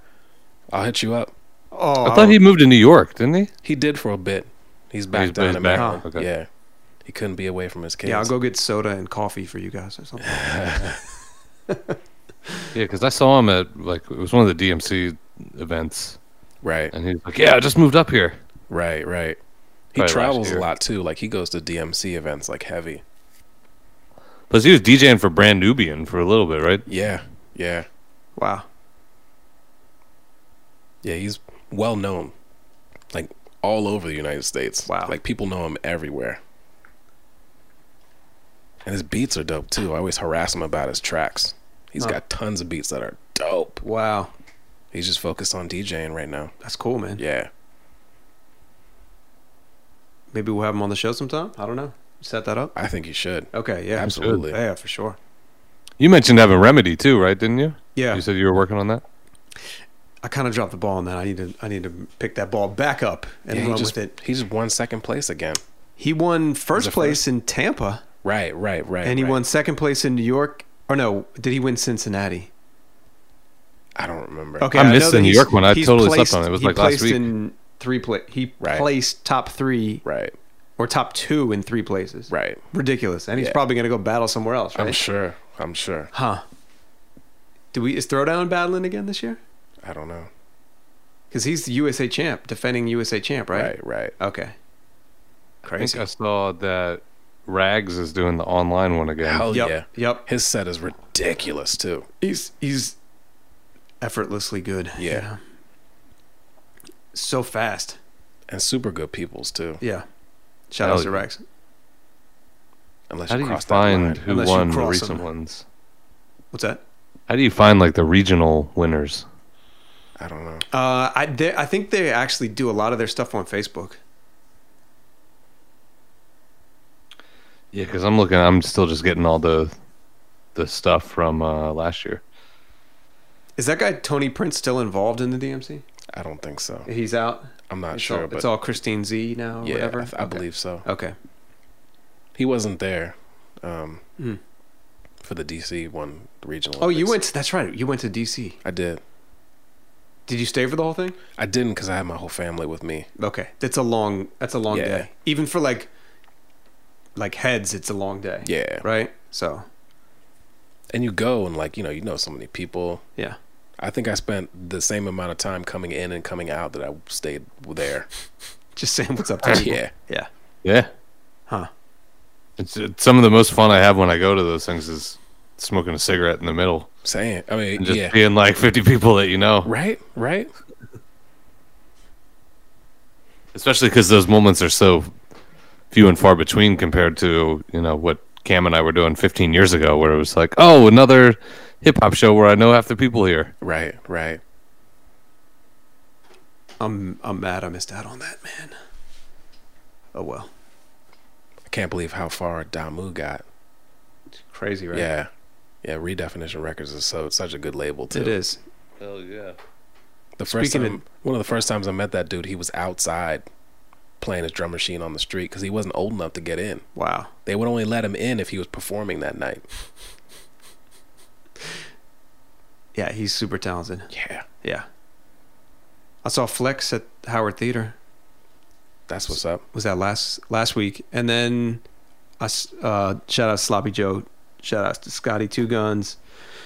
I'll hit you up.
Oh,
I thought he moved to New York, didn't he?
He did for a bit. He's back
He's-
down
he's
in
back.
Maryland.
Huh. Okay.
Yeah. He couldn't be away from his kids.
Yeah, I'll go get soda and coffee for you guys or something.
Yeah, because I saw him at like it was one of the DMC events,
right?
And he's like, "Yeah, I just moved up here."
Right, right. He
Probably last
travels a
year.
lot too. Like he goes to DMC events like heavy.
Plus, he was DJing for Brand Nubian for a little bit, right?
Yeah, yeah,
Wow.
yeah. He's well known, like all over the United States. Wow, like people know him everywhere. And his beats are dope too. I always harass him about his tracks. He's
Huh.
got tons of beats that are dope.
Wow.
He's just focused on DJing right now.
That's cool, man.
Yeah,
Maybe we'll have him on the show sometime. I don't know. Set that up.
I think you should.
Okay. Yeah.
Absolutely.
Yeah, for sure.
You mentioned having Remedy too, right? Didn't you?
Yeah.
You said you were working on that.
I kind of dropped the ball on that. I need to. I need to pick that ball back up and
Yeah, he
run
just-
with it.
He just won second place again.
He won first
the
place in Tampa,
Right, right, right.
and he
right.
won second place in New York. Or no, did he win Cincinnati?
I don't remember.
I missed
know
the
that
New
he's-
York one. I
he's
totally slept
placed,
on it. It was
he
like last
placed
week.
In three pla- he placed top three,
right,
or top two in three places,
right?
Ridiculous, and he's
Yeah.
probably gonna go battle somewhere else, right?
I'm sure. I'm sure.
Huh? Do we is Throwdown battling again this year?
I don't know.
Because he's the USA champ, defending USA champ, right?
Right, right.
Okay.
I
Crazy.
think I saw that Rags is doing the online one again.
Hell
Yep,
yeah.
Yep.
His set is ridiculous too.
He's he's effortlessly good.
Yeah.
So fast.
And super good peoples too.
Yeah. Shout
Hell
out to
yeah.
Rex.
Unless
How
you
do you
cross that line.
find who
Unless you
won the
cross
recent
them.
ones?
What's that?
How do you find like the regional winners?
I don't know.
Uh, I they, I think they actually do a lot of their stuff on Facebook.
Yeah, because I'm looking. I'm still just getting all the the stuff from uh, last year.
Is that guy Tony Prince still involved in the DMC?
I don't think so.
He's out.
I'm not
it's
sure,
all,
but
it's all Christine Z now. Or
yeah,
whatever.
I, th- I believe so.
Okay.
He wasn't there um,
Hmm.
for the DC one the regional.
Oh, you
Olympics.
went. To, that's right. You went to DC.
I did.
Did you stay for the whole thing?
I didn't because I had my whole family with me.
Okay, that's a long. That's a long
Yeah.
day. Even for like, like heads, it's a long day.
Yeah.
Right. So.
And you go and like you know you know so many people.
Yeah.
I think I spent the same amount of time coming in and coming out that I stayed there.
Just saying what's up to people.
Yeah.
Yeah.
Yeah.
Huh.
It's, it's some of the most fun I have when I go to those things is smoking a cigarette in the middle,
Saying, I mean,
and just
yeah.
being like 50 people that you know.
Right, right.
especially because those moments are so few and far between compared to you know what Cam and I were doing 15 years ago, where it was like, oh, another hip hop show where I know half the people here.
Right, right.
I'm I'm mad. I missed out on that, man. Oh well.
I can't believe how far Damu got.
Crazy, right?
Yeah, yeah. Redefinition Records is so such a good label too.
It is.
Hell yeah.
The first
Speaking
time, one of the first times I met that dude, he was outside playing his drum machine on the street because he wasn't old enough to get in.
Wow.
They would only let him in if he was performing that night.
Yeah, he's super talented.
Yeah.
Yeah. I saw Flex at Howard Theater.
That's what's up.
Was that last last week? And then I s- uh, shout out Sloppy Joe, shout out to Scotty Two Guns,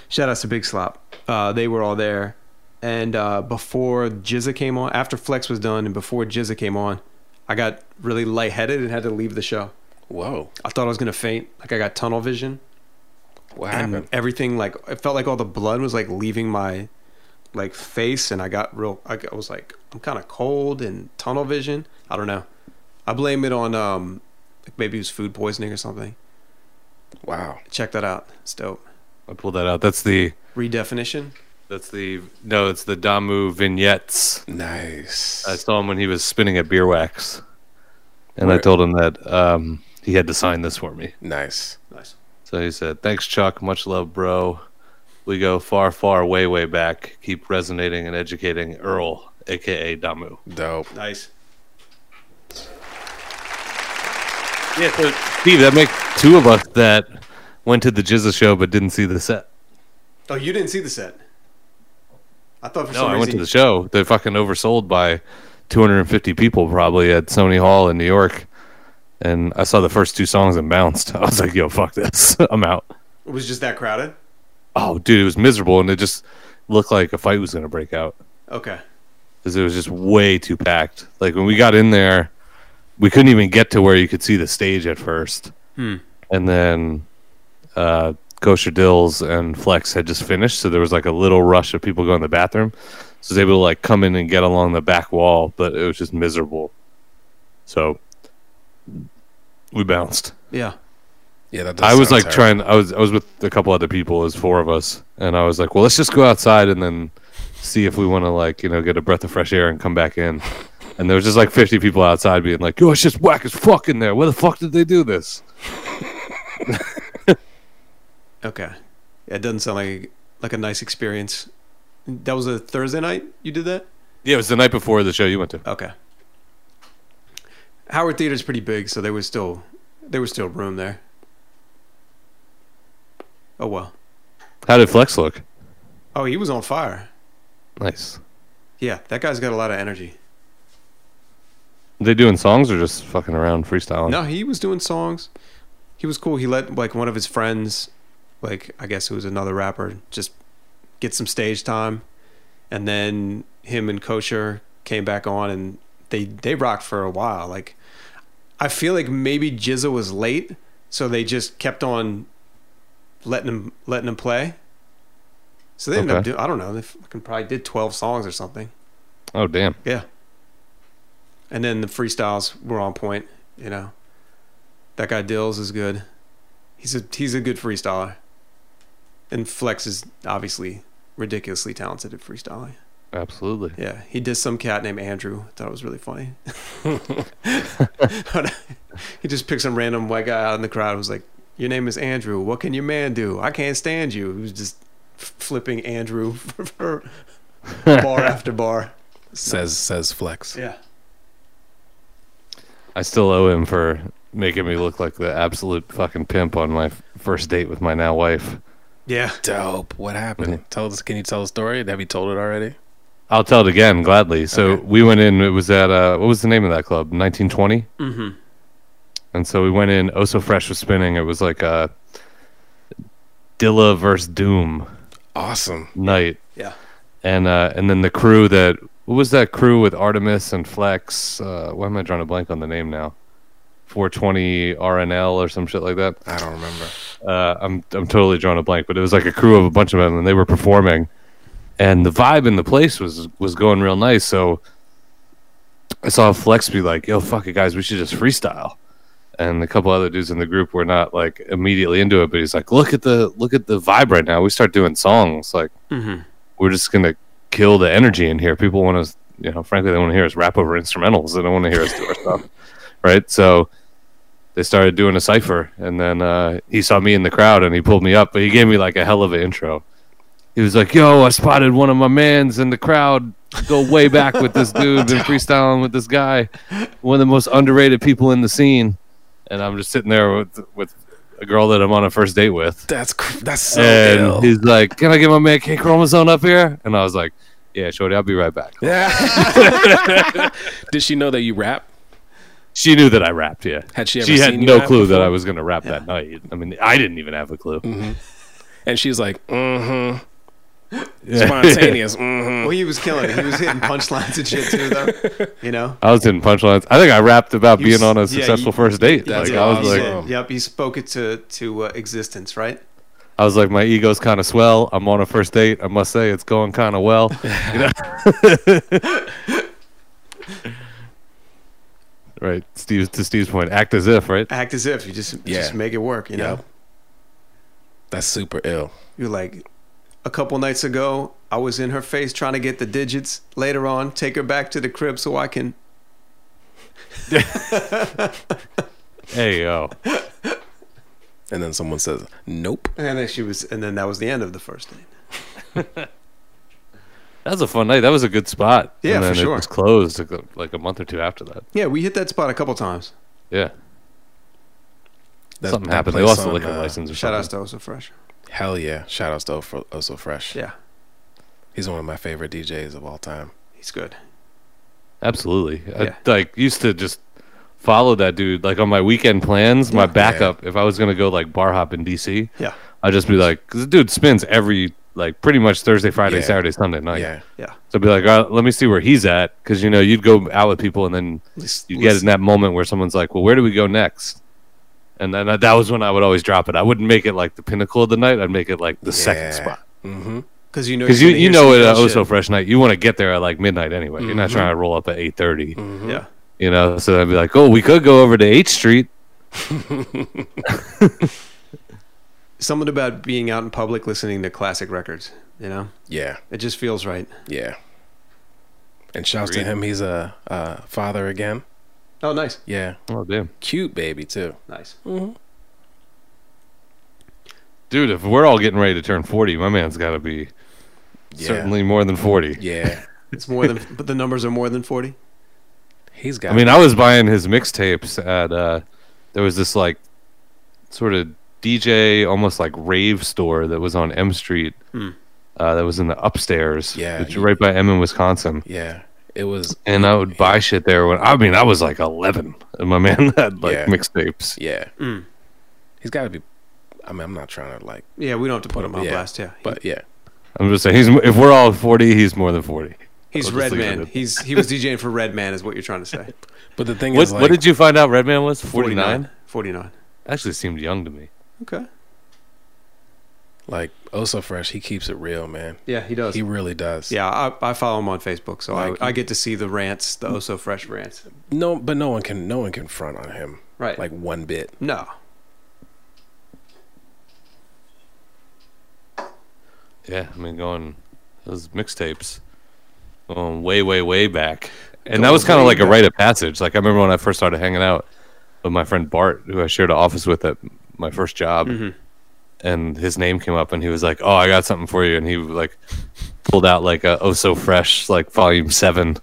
shout out to Big Slop. Uh, they were all there. And uh, before Jizza came on, after Flex was done, and before Jizza came on, I got really lightheaded and had to leave the show.
Whoa!
I thought I was gonna faint. Like I got tunnel vision.
What
and
happened?
Everything like it felt like all the blood was like leaving my like face, and I got real. I got- I was like, I'm kind of cold and tunnel vision. I don't know. I blame it on um, like maybe it was food poisoning or something.
Wow.
Check that out. It's dope.
I pulled that out. That's the
Redefinition.
That's the no. It's the Damu vignettes.
Nice.
I saw him when he was spinning at Beer Wax, and I
Right.
told him that um, he had to sign this for me.
Nice.
Nice.
So he said, "Thanks, Chuck. Much love, bro. We go far, far, way, way back. Keep resonating and educating Earl, aka Damu."
Dope.
Nice.
Yeah, so Steve, that makes two of us that went to the Jizza show but didn't see the set.
Oh, you didn't see the set. I thought for
No,
some
I
reason
went to the show. They fucking oversold by 250 people probably at Sony Hall in New York. And I saw the first two songs and bounced. I was like, yo, fuck this. I'm out.
it was just that crowded.
Oh, dude, it was miserable. And it just looked like a fight was going to break out
Okay.
because it was just way too packed. Like when we got in there, we couldn't even get to where you could see the stage at first.
Hmm.
And then uh, Kosher Dills and Flex had just finished, so there was like a little rush of people going to the bathroom. So I was able to like come in and get along the back wall, but it was just miserable. So we bounced.
Yeah.
Yeah, that
I was like trying. I was I was with a couple other people. It was four of us, and I was like, "Well, let's just go outside and then see if we want to like you know get a breath of fresh air and come back in." And there was just like fifty people outside being like, "Yo, it's just whack as fuck in there. Where the fuck did they do this?"
Okay. Yeah, it doesn't sound like like a nice experience. That was a Thursday night you did that?
Yeah, it was the night before the show you went to.
Okay. Howard Theater's pretty big, so there was still there was still room there. Oh well.
How did Flex look?
Oh, he was on fire.
Nice.
Yeah, that guy's got a lot of energy.
Were they doing songs or just fucking around freestyling?
No, he was doing songs. He was cool. He let like one of his friends, like I guess it was another rapper, just get some stage time, and then him and Kosher came back on, and they they rocked for a while. Like I feel like maybe Jizza was late, so they just kept on letting him letting him play. So they ended up
Okay.
doing I don't know they fucking probably did twelve songs or something.
Oh damn.
Yeah. And then the freestyles were on point, you know. That guy Dills is good. He's a he's a good freestyler. And Flex is obviously ridiculously talented at freestyling.
Absolutely.
Yeah, he did some cat named Andrew. I thought it was really funny. he just picked some random white guy out in the crowd and was like, Your name is Andrew. What can your man do? I can't stand you. He was just f- flipping Andrew for, for bar after bar.
Says says Flex.
Yeah.
I still owe him for making me look like the absolute fucking pimp on my f- first date with my now wife.
Yeah.
Dope. What happened? Tell us. Can you tell a story? Have you told it already?
I'll tell it again gladly. So we went in. It was at uh, what was the name of that club? 1920.
Mm-hmm.
And so we went in. Oh, so fresh was spinning. It was like a Dilla versus Doom.
Awesome
night.
Yeah.
And uh, and then the crew that what was that crew with Artemis and Flex? Uh, why am I drawing a blank on the name now? 420 RNL or some shit like that.
I don't remember.
Uh, I'm I'm totally drawing a blank, but it was like a crew of a bunch of them, and they were performing, and the vibe in the place was was going real nice. So I saw Flex be like, "Yo, fuck it, guys, we should just freestyle." And a couple other dudes in the group were not like immediately into it, but he's like, "Look at the look at the vibe right now. We start doing songs like."
Mm-hmm.
we're just gonna kill the energy in here. People want us, you know, frankly, they want to hear us rap over instrumentals. They don't want to hear us do our stuff, right? So they started doing a cipher, and then uh, he saw me in the crowd and he pulled me up, but he gave me like a hell of an intro. He was like, "Yo, I spotted one of my mans in the crowd. Go way back with this dude. Been freestyling with this guy, one of the most underrated people in the scene." And I'm just sitting there with with a girl that I'm on a first date with
That's cr- that's so
and
ill.
he's like, "Can I get my man K Chromosome up here?" And I was like, "Yeah, shorty, I'll be right back."
Did she know that you rap?
She knew that I rapped. Yeah,
Had she ever
had
seen you
no
rap
clue that
before? Mm-hmm.
I was going to rap that night. I mean, I didn't even have a clue.
And she's like, mm-hmm.
Yeah.
Spontaneous. Mm-hmm.
Well, he was killing it. He was hitting punchlines and shit too, though. You know.
I was in punchlines. I think I rapped about
You
being
s-
on
yeah,
a successful
you-
first date.
you
Like
did.
I was
You
like, "Oh."
did. yep, you spoke it to to uh, existence, right?
I was like, my ego's kind of swell. I'm on a first date. I must say, it's going kind of well. You know? right, Steve. To Steve's point, act as if. Right.
Act as if you just you
Yeah.
just make it work. You
Yeah.
know.
That's super ill.
You're like, a couple nights ago, I was in her face trying to get the digits. Later on, take her back to the crib so I can.
Hey yo.
And then someone says, "Nope."
And then she was, and then that was the end of the first date.
That was a fun night. That was a good spot.
Yeah,
and
for
then
sure.
It was closed like a, like a month or two after that.
Yeah, we hit that spot a couple times.
Yeah.
That-
Something
that
happened. They
place
lost the
on,
liquor
uh,
license or
Shout
something.
outs to Oso Fresh.
Hell yeah! Shout out to Ofo- Oso Fresh.
Yeah.
he's one of my favorite DJs of all time.
He's good.
Absolutely.
Yeah.
I like used to just follow that dude. Like on my weekend plans, my backup, if I was gonna go like bar hop in DC,
Yeah.
I'd just be like, because the dude spins every like pretty much Thursday, Friday,
Yeah.
Saturday, Sunday night.
Yeah.
Yeah.
So I'd be like, all right, let me see where he's at, because you know you'd go out with people and then you get in that moment where someone's like, well, where do we go next? And then uh, that was when I would always drop it. I wouldn't make it like the pinnacle of the night. I'd make it like the second spot.
Mm-hmm.
Because you know,
Because you,
you're gonna
you
hear
know
some
at a
real
oh so
shit.
fresh night, you want to get there at like midnight anyway. You're not
Mhm.
trying to roll up at eight thirty.
Yeah.
You know, so I'd be like, oh, we could go over to H Street.
Something about being out in public listening to classic records, you know?
Yeah.
It just feels right.
Yeah. And shouts to
Agreed.
him. He's a, a father again.
Oh, nice.
Yeah.
Oh damn.
Cute baby too.
Nice.
Dude, if we're all getting ready to turn forty, my man's got to be
Yeah.
certainly more than forty.
Yeah.
It's more than, but the numbers are more than 40.
He's got.
I mean, I was buying his mixtapes at uh there was this like sort of DJ almost like rave store that was on M Street.
Hmm.
Uh, that was in the upstairs,
Yeah,
which
you-
right by Emmon, Wisconsin.
Yeah. It was.
and uh, I would buy shit there when I mean I was like eleven, and my man had like
Yeah.
mixtapes.
Yeah. He's got to be. I mean, I'm not trying to like.
Yeah, we don't have to put him on
yeah,
blast. Yeah.
But yeah.
I'm just saying, he's if we're all forty, he's more than forty.
He's
I'll just leave it
Redman.
at-
He's he was DJing for Redman, is what you're trying to say.
But the thing
What,
is,
what did you find out? Redman was forty nine.
49.
Actually, seemed young to me.
Okay.
Like Oso Fresh, he keeps it real, man.
Yeah, he does.
He really does.
Yeah, I, I follow him on Facebook, so
Like-
I, I get to see the rants, the oh so fresh rants.
No, but no one can. No one can front on him.
Right.
Like one bit.
No.
Yeah, I mean, going those mixtapes, going way, way, way back, and that was kind of like a rite of passage. Like I remember when I first started hanging out with my friend Bart, who I shared an office with at my first job, and his name came up, and he was like, "Oh, I got something for you," and he like pulled out like a Oh So Fresh, like Volume Seven,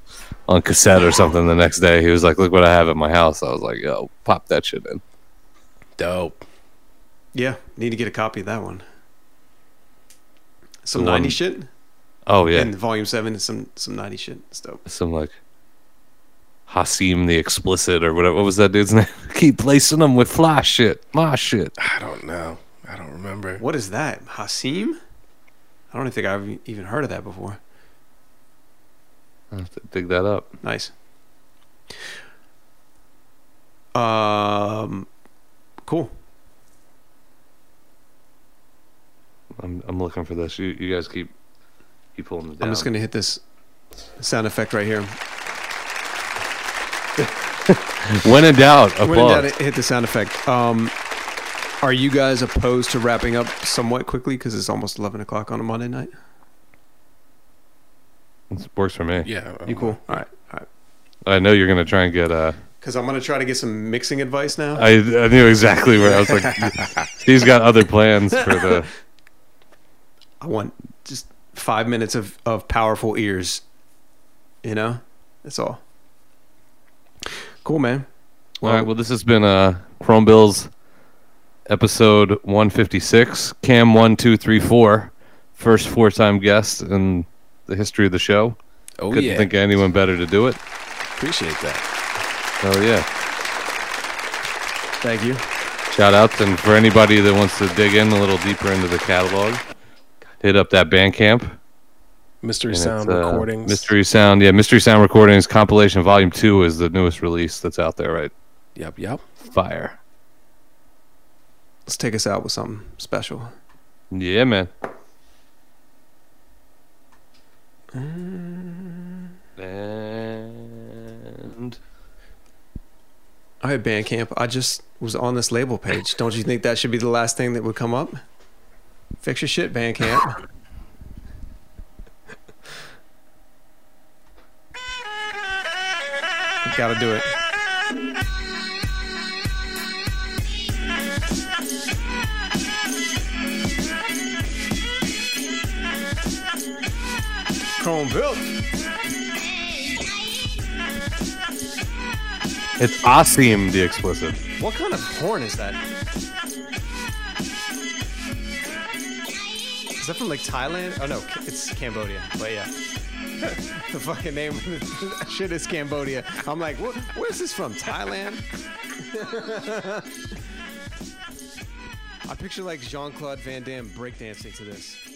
on cassette or something. The next day, he was like, "Look what I have at my house." I was like, "Yo, pop that shit in."
Dope.
Yeah, need to get a copy of that one. Some
The one-
90 shit?
Oh yeah,
And volume 7 is some, some 90 shit. It's dope.
some like Hasim the explicit or whatever. What was that dude's name? Keep placing them with fly shit, my shit.
I don't know. I don't remember.
What is that? Hasim? I don't think I've even heard of that before.
I have to dig that up.
Nice. Um, cool.
I'm I'm looking for this. You you guys keep keep pulling it down.
I'm just gonna hit this sound effect right here.
When in doubt, applause.
When in doubt, hit the sound effect. Um, are you guys opposed to wrapping up somewhat quickly because it's almost 11 o'clock on a Monday night?
It works for me.
Oh, Yeah. um,
You cool? All right, all right.
I know you're gonna try and get. Uh,
Because I'm gonna try to get some mixing advice now.
I I knew exactly where I was like. he's got other plans for the.
I want just five minutes of, of powerful ears. You know, that's all. Cool, man.
All right. Well, this has been uh, Chrome Bills episode 156, Cam 1234, first four time guest in the history of the show.
Oh,
Couldn't
yeah.
think of anyone better to do it.
Appreciate that.
Oh, yeah.
Thank you.
Shout outs. And for anybody that wants to dig in a little deeper into the catalog, hit up that Bandcamp.
Mystery
And it's,
Sound
uh,
Recordings.
Mystery Sound. Yeah, Mystery Sound Recordings compilation volume two is the newest release that's out there, right?
Yep, yep.
Fire.
Let's take us out with something special.
Yeah, man. And
All right, Bandcamp. I just was on this label page. Don't you think that should be the last thing that would come up? Fix your shit, Bandcamp. Gotta do it. Chrome built.
it's Osim the Explicit.
What kind of horn is that? Is that from like Thailand? Oh no, Ca- it's Cambodia. But yeah, the fucking name of the shit is Cambodia. I'm like, what? Where's this from? Thailand? I picture like Jean Claude Van Damme breakdancing to this.